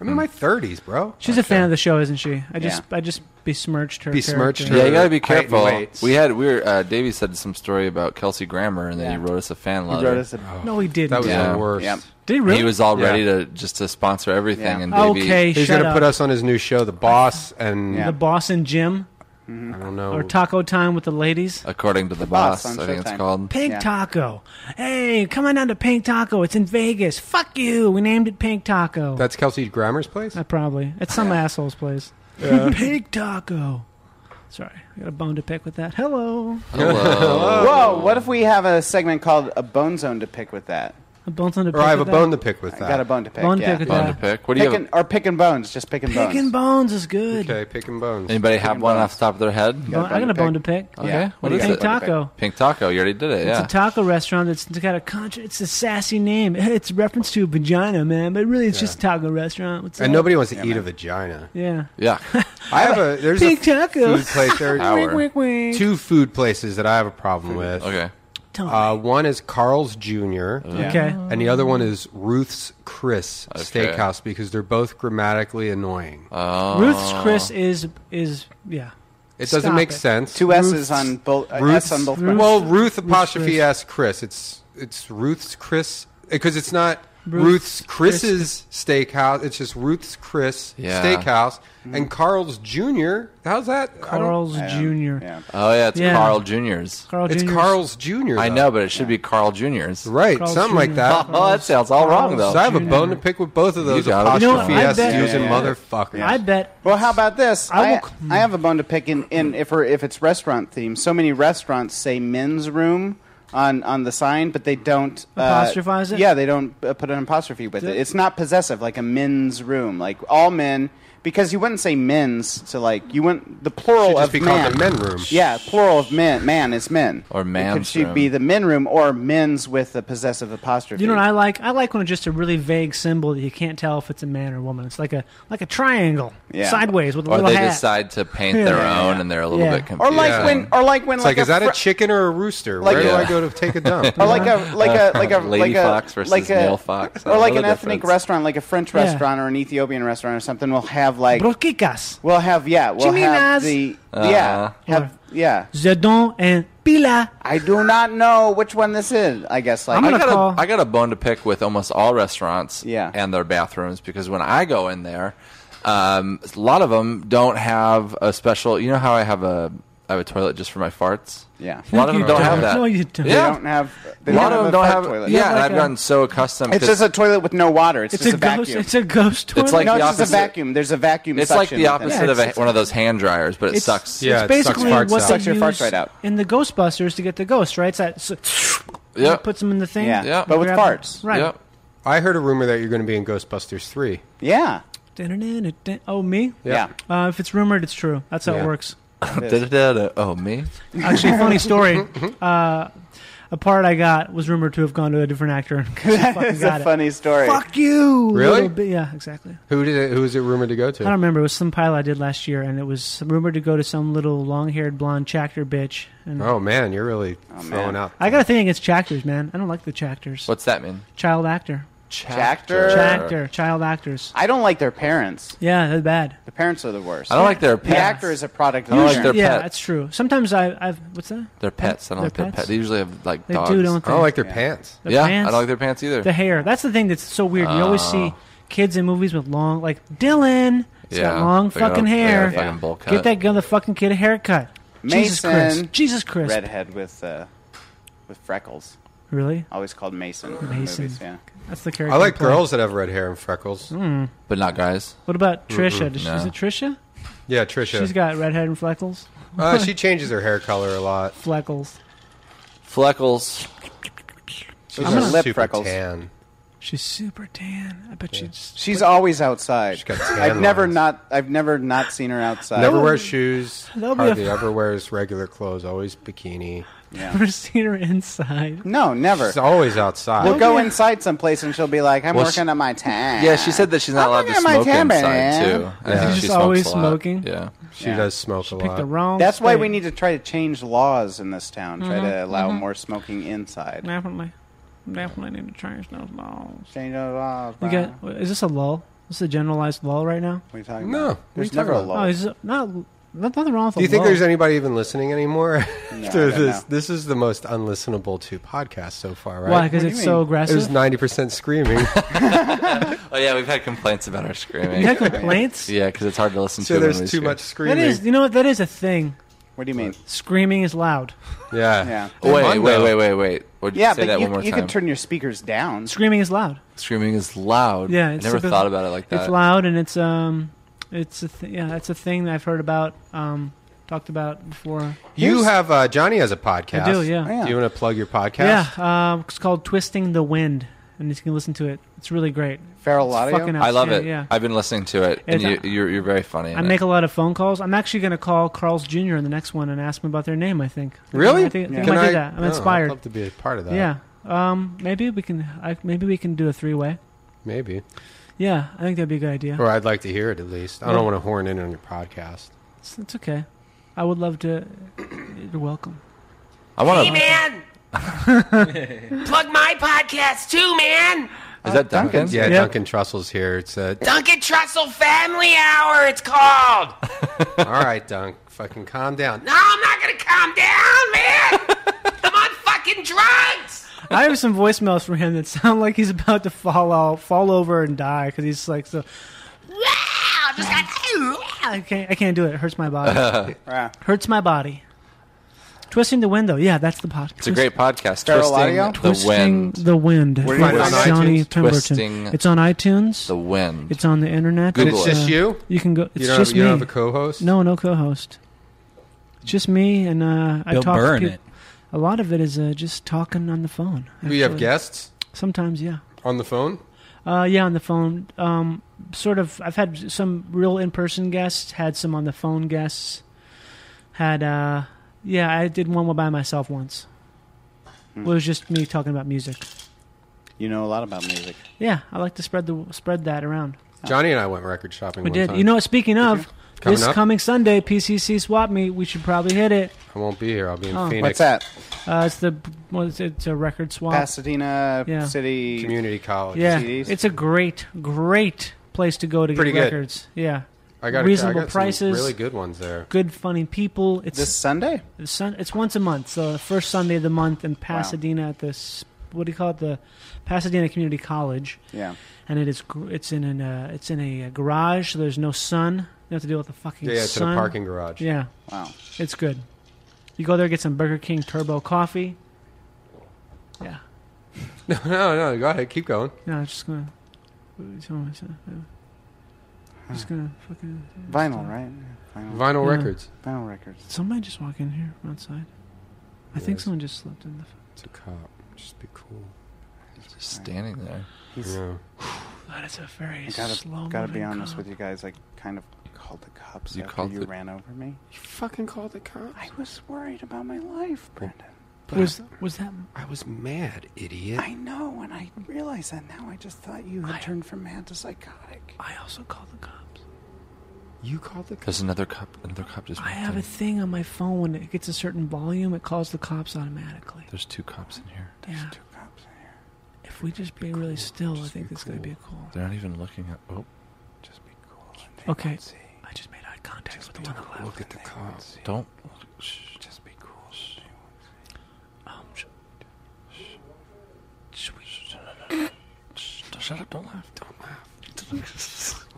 I'm Hmm. in my 30s, bro. She's a fan of the show, isn't she? I just Yeah. I just besmirched her. Besmirched character. her. Yeah, you gotta be Height and careful. weights. We had we were uh, Davey said some story about Kelsey Grammer, and then he wrote us a fan Oh. letter. Oh, No, he didn't. That was the worst. Did he really? was all Yeah. ready to just to sponsor everything, Yeah. and Davey, Okay, He's shut gonna put up. us on his new show, The Boss, and The boss and Jim, I don't know. or Taco Time with the ladies. according to the, boss, I think it's called. Pink Taco. Hey, come on down to Pink Taco. It's in Vegas. Fuck you. We named it Pink Taco. That's Kelsey Grammer's place. Uh, probably. It's some asshole's place. Yeah. Pink Taco. Sorry, I got a bone to pick with that. Hello. Oh. Whoa, what if we have a segment called A Bone Zone to pick with that? A bone to pick Or I have a with bone to that. pick with I that. got a bone to pick. Bone to yeah. pick with Bone that. to pick. What do you have- Picking- Or picking bones, just picking bones. Picking bones is good. Okay, picking bones. Anybody have one off the top of their head? Bone- I got a bone to pick. Okay, Yeah. what What is do you it? got? Pink taco. Pink taco. You already did it. It's Yeah. a taco restaurant that's got a contra- It's a sassy name. It's a reference to vagina, man, but really it's just a taco restaurant. What's And up? nobody wants to eat a vagina. Yeah. Yeah. I have a there's Big a f- taco. food place. There are Wink, wink, wink. two food places that I have a problem with. Okay. Tell Uh, one is Carl's Jr. Okay. And the other one is Ruth's Chris Okay. Steakhouse because they're both grammatically annoying. Oh. Ruth's Chris is is yeah. It doesn't Stop make it. sense. Two S's on both. Uh, S on both. Ruth's- Well, Ruth's Ruth apostrophe Chris. S Chris. It's it's Ruth's Chris because it's not Ruth's Ruth's Chris's steakhouse. It's just Ruth's Chris Yeah. steakhouse and Carl's Jr. How's that? I don't- Carl's I don't- Junior. Oh yeah, it's Yeah. Carl Junior's. Carl It's Jr. Carl's Jr. I though. know, but it should be Carl Junior's. Right, Carl's something Jr. like that. Oh, that sounds all wrong though. So I have a bone to pick with both of those You got it. You know apostrophe what, I S bet- using Yeah, yeah, yeah. motherfuckers. I bet. Well, how about this? I I, will c- I have a bone to pick in, in if we're, if it's restaurant themed. So many restaurants say men's room on, on the sign, but they don't uh, Apostrophize it? Yeah, they don't uh, put an apostrophe with it. It's not possessive like a men's room. Like all men, because you wouldn't say men's to like you wouldn't the plural Should just of be called man. the men room. Yeah, plural of men. Man is men. Or man's It should room. be the men room or men's with the possessive apostrophe. You know what I like? I like when it's just a really vague symbol that you can't tell if it's a man or woman. It's like a like a triangle Yeah. sideways with a or little they hat. decide to paint their Yeah. own, and they're a little Yeah. bit or confused. like when, or like when, It's like, is that a fr- chicken or a rooster? Like Where a- do I go to take a dump? or like a like a like a Lady like a, fox versus like a, male fox. or like an Another ethnic difference. restaurant, like a French Yeah. restaurant or an Ethiopian restaurant or something. will have like broquicas. We'll have yeah. We'll Chiminas. have the Uh-huh. yeah. Have yeah. Zedon and Pila. I do not know which one this is. I guess like i got a, I got a bone to pick with almost all restaurants Yeah. and their bathrooms because when I go in there, um, a lot of them don't have a special. You know how I have a I have a toilet just for my farts. Yeah, a lot of them No, you don't have don't. that. No, you don't. They Yeah. don't have- they a lot don't of them have a don't fart have. toilet. Yeah, Yeah, and like I've a- gotten so accustomed. It's 'cause- just a toilet with no water. It's, It's just a a, ghost- vacuum. it's a ghost It's like no, the it's just a opposite- vacuum. There's a vacuum. It's like suction the with it. opposite of a, one of those hand dryers, but it It's- sucks. It's basically what they Sucks your farts use right out. in the Ghostbusters to get the ghosts, right? It's that s- Yeah. puts them in the thing. Grab- Right. I heard a rumor that you're going to be in Ghostbusters 3. Yeah. Dun-dun-dun-dun-dun. Oh, me? Yeah. Uh, if it's rumored, it's true. That's how it works. Da-da-da-da. oh me. Actually, funny story. Mm-hmm. Uh, a part I got was rumored to have gone to a different actor. She fucking It's got a it. funny story. Fuck you. Really? little bit- yeah, exactly. Who did it, who is it rumored to go I to? don't remember. It was some pilot I did last year, and it was rumored to go to some little long-haired blonde chactor bitch. And Oh man, you're really throwing out. I got a thing against chactors, man. I don't like the chactors. What's that mean? Child actor. Chactor. Chactor. Child actors. I don't like their parents. Yeah, they're bad. The parents are the worst. I don't like their The pets. actor is a product. I don't like of their yeah, pets. that's true. Sometimes I, I've what's that? Their pets. I don't Their like their pets? pets. They usually have like They do, dogs. don't I don't they? like their Yeah. pants. Their yeah, pants? I don't like their pants either. The hair. That's the thing that's so weird. you always see Oh. kids in movies with long, like Dylan. He's got Yeah, long they got a- fucking they got a hair. fucking bowl cut. Get that gun, the fucking kid a haircut. Jesus Mason. Christ. Jesus Christ. Redhead with uh, with freckles. Really? Always called Mason. in Mason. Movies, yeah. That's the character. I like they play. girls that have red hair and freckles, Mm. but not guys. What about Trisha? Mm-mm. Does- No. Is it Trisha? Yeah, Trisha. She's got redhead and freckles. Uh, she changes her hair color a lot. freckles. Freckles. She's I'm gonna- a Lip super freckles. tan. She's super tan. I bet she's. She's always outside. She's got tan I've never lines. not. I've never not seen her outside. Never wears shoes. that'll be a- Hardly ever wears regular clothes. Always bikini. Yeah. Never seen her inside. No, never. She's always outside. We'll go inside someplace and she'll be like, "I'm Well, working she- on my tan." Yeah, she said that she's not allowed to looking at my smoke camera, inside man. too. I Yeah. think She's she just smokes always a lot. smoking. Yeah. She does smoke a lot. wrong That's why state. we need to try to change laws in this town. Try to Mhm, allow mhm. more smoking inside. Definitely. Definitely need to change those laws. Change those laws. We bro. got. Is this a lull? This is a generalized lull right now. What are you talking No, about? what are There's you never a talking law. Oh, is it not nothing wrong with. Do you a think lull. there's anybody even listening anymore? No, I After don't this, know. this is the most unlistenable to podcast so far, right? Why, 'cause What do it's you so mean? aggressive? It was ninety percent screaming. Oh yeah, we've had complaints about our screaming. You had complaints? yeah, because it's hard to listen So to. when there's we too scream. much scream- That is. You know what? That is a thing. What do you mean? Screaming is loud. Yeah. Yeah. Wait, wait, wait, wait, wait. Would you Yeah, say but that you, one more you time? can turn your speakers down. Screaming is loud. Screaming is loud. Yeah, I it's never a bit- thought about it like that. It's loud and it's um, it's a th- yeah, that's a thing that I've heard about um, talked about before. You have uh, Johnny has a podcast. I do, yeah. Yeah. Do you want to plug your podcast? Yeah, um, it's called Twisting the Wind, and you can listen to it. It's really great. Feral It's audio? fucking I love it. outstanding, Yeah. I've been listening to it, and you, It's- you're, you're very funny. in I it. make a lot of phone calls. I'm actually going to call Carl's Jr. in the next one and ask him about their name. I think. I think- Really? I think, I Yeah. think I might Can do I- that. I'm oh, I'd inspired. love to be a part of that. Yeah. Um, maybe we can. I, maybe we can do a three way. Maybe. Yeah, I think that'd be a good idea. Or I'd like to hear it at least. I Yeah. don't want to horn in on your podcast. It's, it's okay. I would love to. You're welcome. I wanna- Hey, man! Plug my podcast too, man! Is that Duncan? Yeah, Yeah. Duncan Trussell's here. It's uh, Duncan Trussell Family Hour, it's called! all right, Dunk. Fucking calm down. No, I'm not gonna calm down, man! I'm on fucking drugs! I have some voicemails from him that sound like he's about to fall out, fall over and die because he's like so. Ow, just got. I can't. I can't do it. It hurts my body. Yeah. hurts my body. Twisting the window. Yeah, that's the podcast. It's a great podcast. Feral Twisting audio? the Twisting wind. the Wind. Where Where do you you find it on Johnny iTunes? Pemberton. Twisting it's on iTunes. The wind. It's on the internet. Google It's it. just you? You can go. You It's don't have- just you me. don't have a co-host? No, no co-host. It's just me and uh, I Bill talk. Burr in to peop- it. A lot of it is uh, just talking on the phone. We have actually. guests Sometimes, yeah. on the phone. Uh, yeah, on the phone. Um, sort of I've had some real in person guests, had some on the phone guests, had uh, yeah, I did one by myself once. Hmm. It was just me talking about music. You know a lot about music. Yeah, I like to spread the spread that around. Johnny and I went record shopping. We one did. time. You know, what, speaking of Coming this up? coming Sunday, PCC Swap Meet, we should probably hit it. I won't be here. I'll be in Oh. Phoenix. What's that? Uh, it's the what is it? it's a record swap. Pasadena Yeah. City Community College. Yeah, CDs. it's a great, great place to go to Pretty get good. records. Yeah, I got- I reasonable got some prices. really good ones there. Good, funny people. It's This Sunday. It's, sun, it's once a month, so the first Sunday of the month in Pasadena at this what do you call it? The Pasadena Community College. Yeah. and it is gr- it's in an uh, it's in a garage, so there's no sun. You don't have to deal with the fucking Yeah, it's in a sun. parking garage. Yeah, Wow. it's good. You go there, get some Burger King Turbo coffee. Yeah. No, no, no. Go ahead. Keep going. No, I'm just gonna. so- so- I'm just gonna fucking. Vinyl, right? Vinyl, Vinyl Yeah. records. Vinyl records. Somebody just walked in here from outside. I think someone just slipped in the. It's a cop. Just be cool. Just standing there. Yeah. That is a very I gotta, slow. gotta be moving honest car. with you guys. I kind of called the cops You after called you the- ran over me. You fucking called the cops. I was worried about my life, Brendan. Was was that? I was mad, idiot. I know, and I realize that now. I just thought you had turned from mad to psychotic. I also called the cops. You called the There's another cup. Another cup just. I walked have in. a thing on my phone when it gets a certain volume, it calls the cops automatically. There's two cops in here. yeah. If we just be really still, I think this is gonna be a cool. They're not even looking at. Oh, Okay. I just made eye contact with the one on the left. Look at the cops. don't. Just be cool. Um, sh- should we- Shut up! Don't laugh. Don't laugh.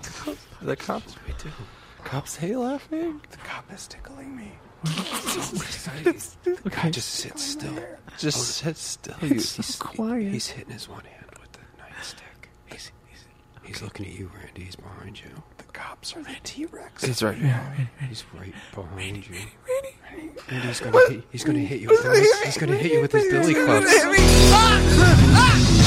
the cops. We do. Cops hate laughing. The cop is tickling me. The guy just sits still. Just Oh, sit still. You. he's, quiet. He's hitting his one hand with the nightstick. He's, he's looking at you, Randy. He's behind you. The cops are the T Rex. He's right here. He's right behind you. Randy, he's gonna hit, he's gonna hit you with the, he's gonna hit you with his billy clubs. Ah!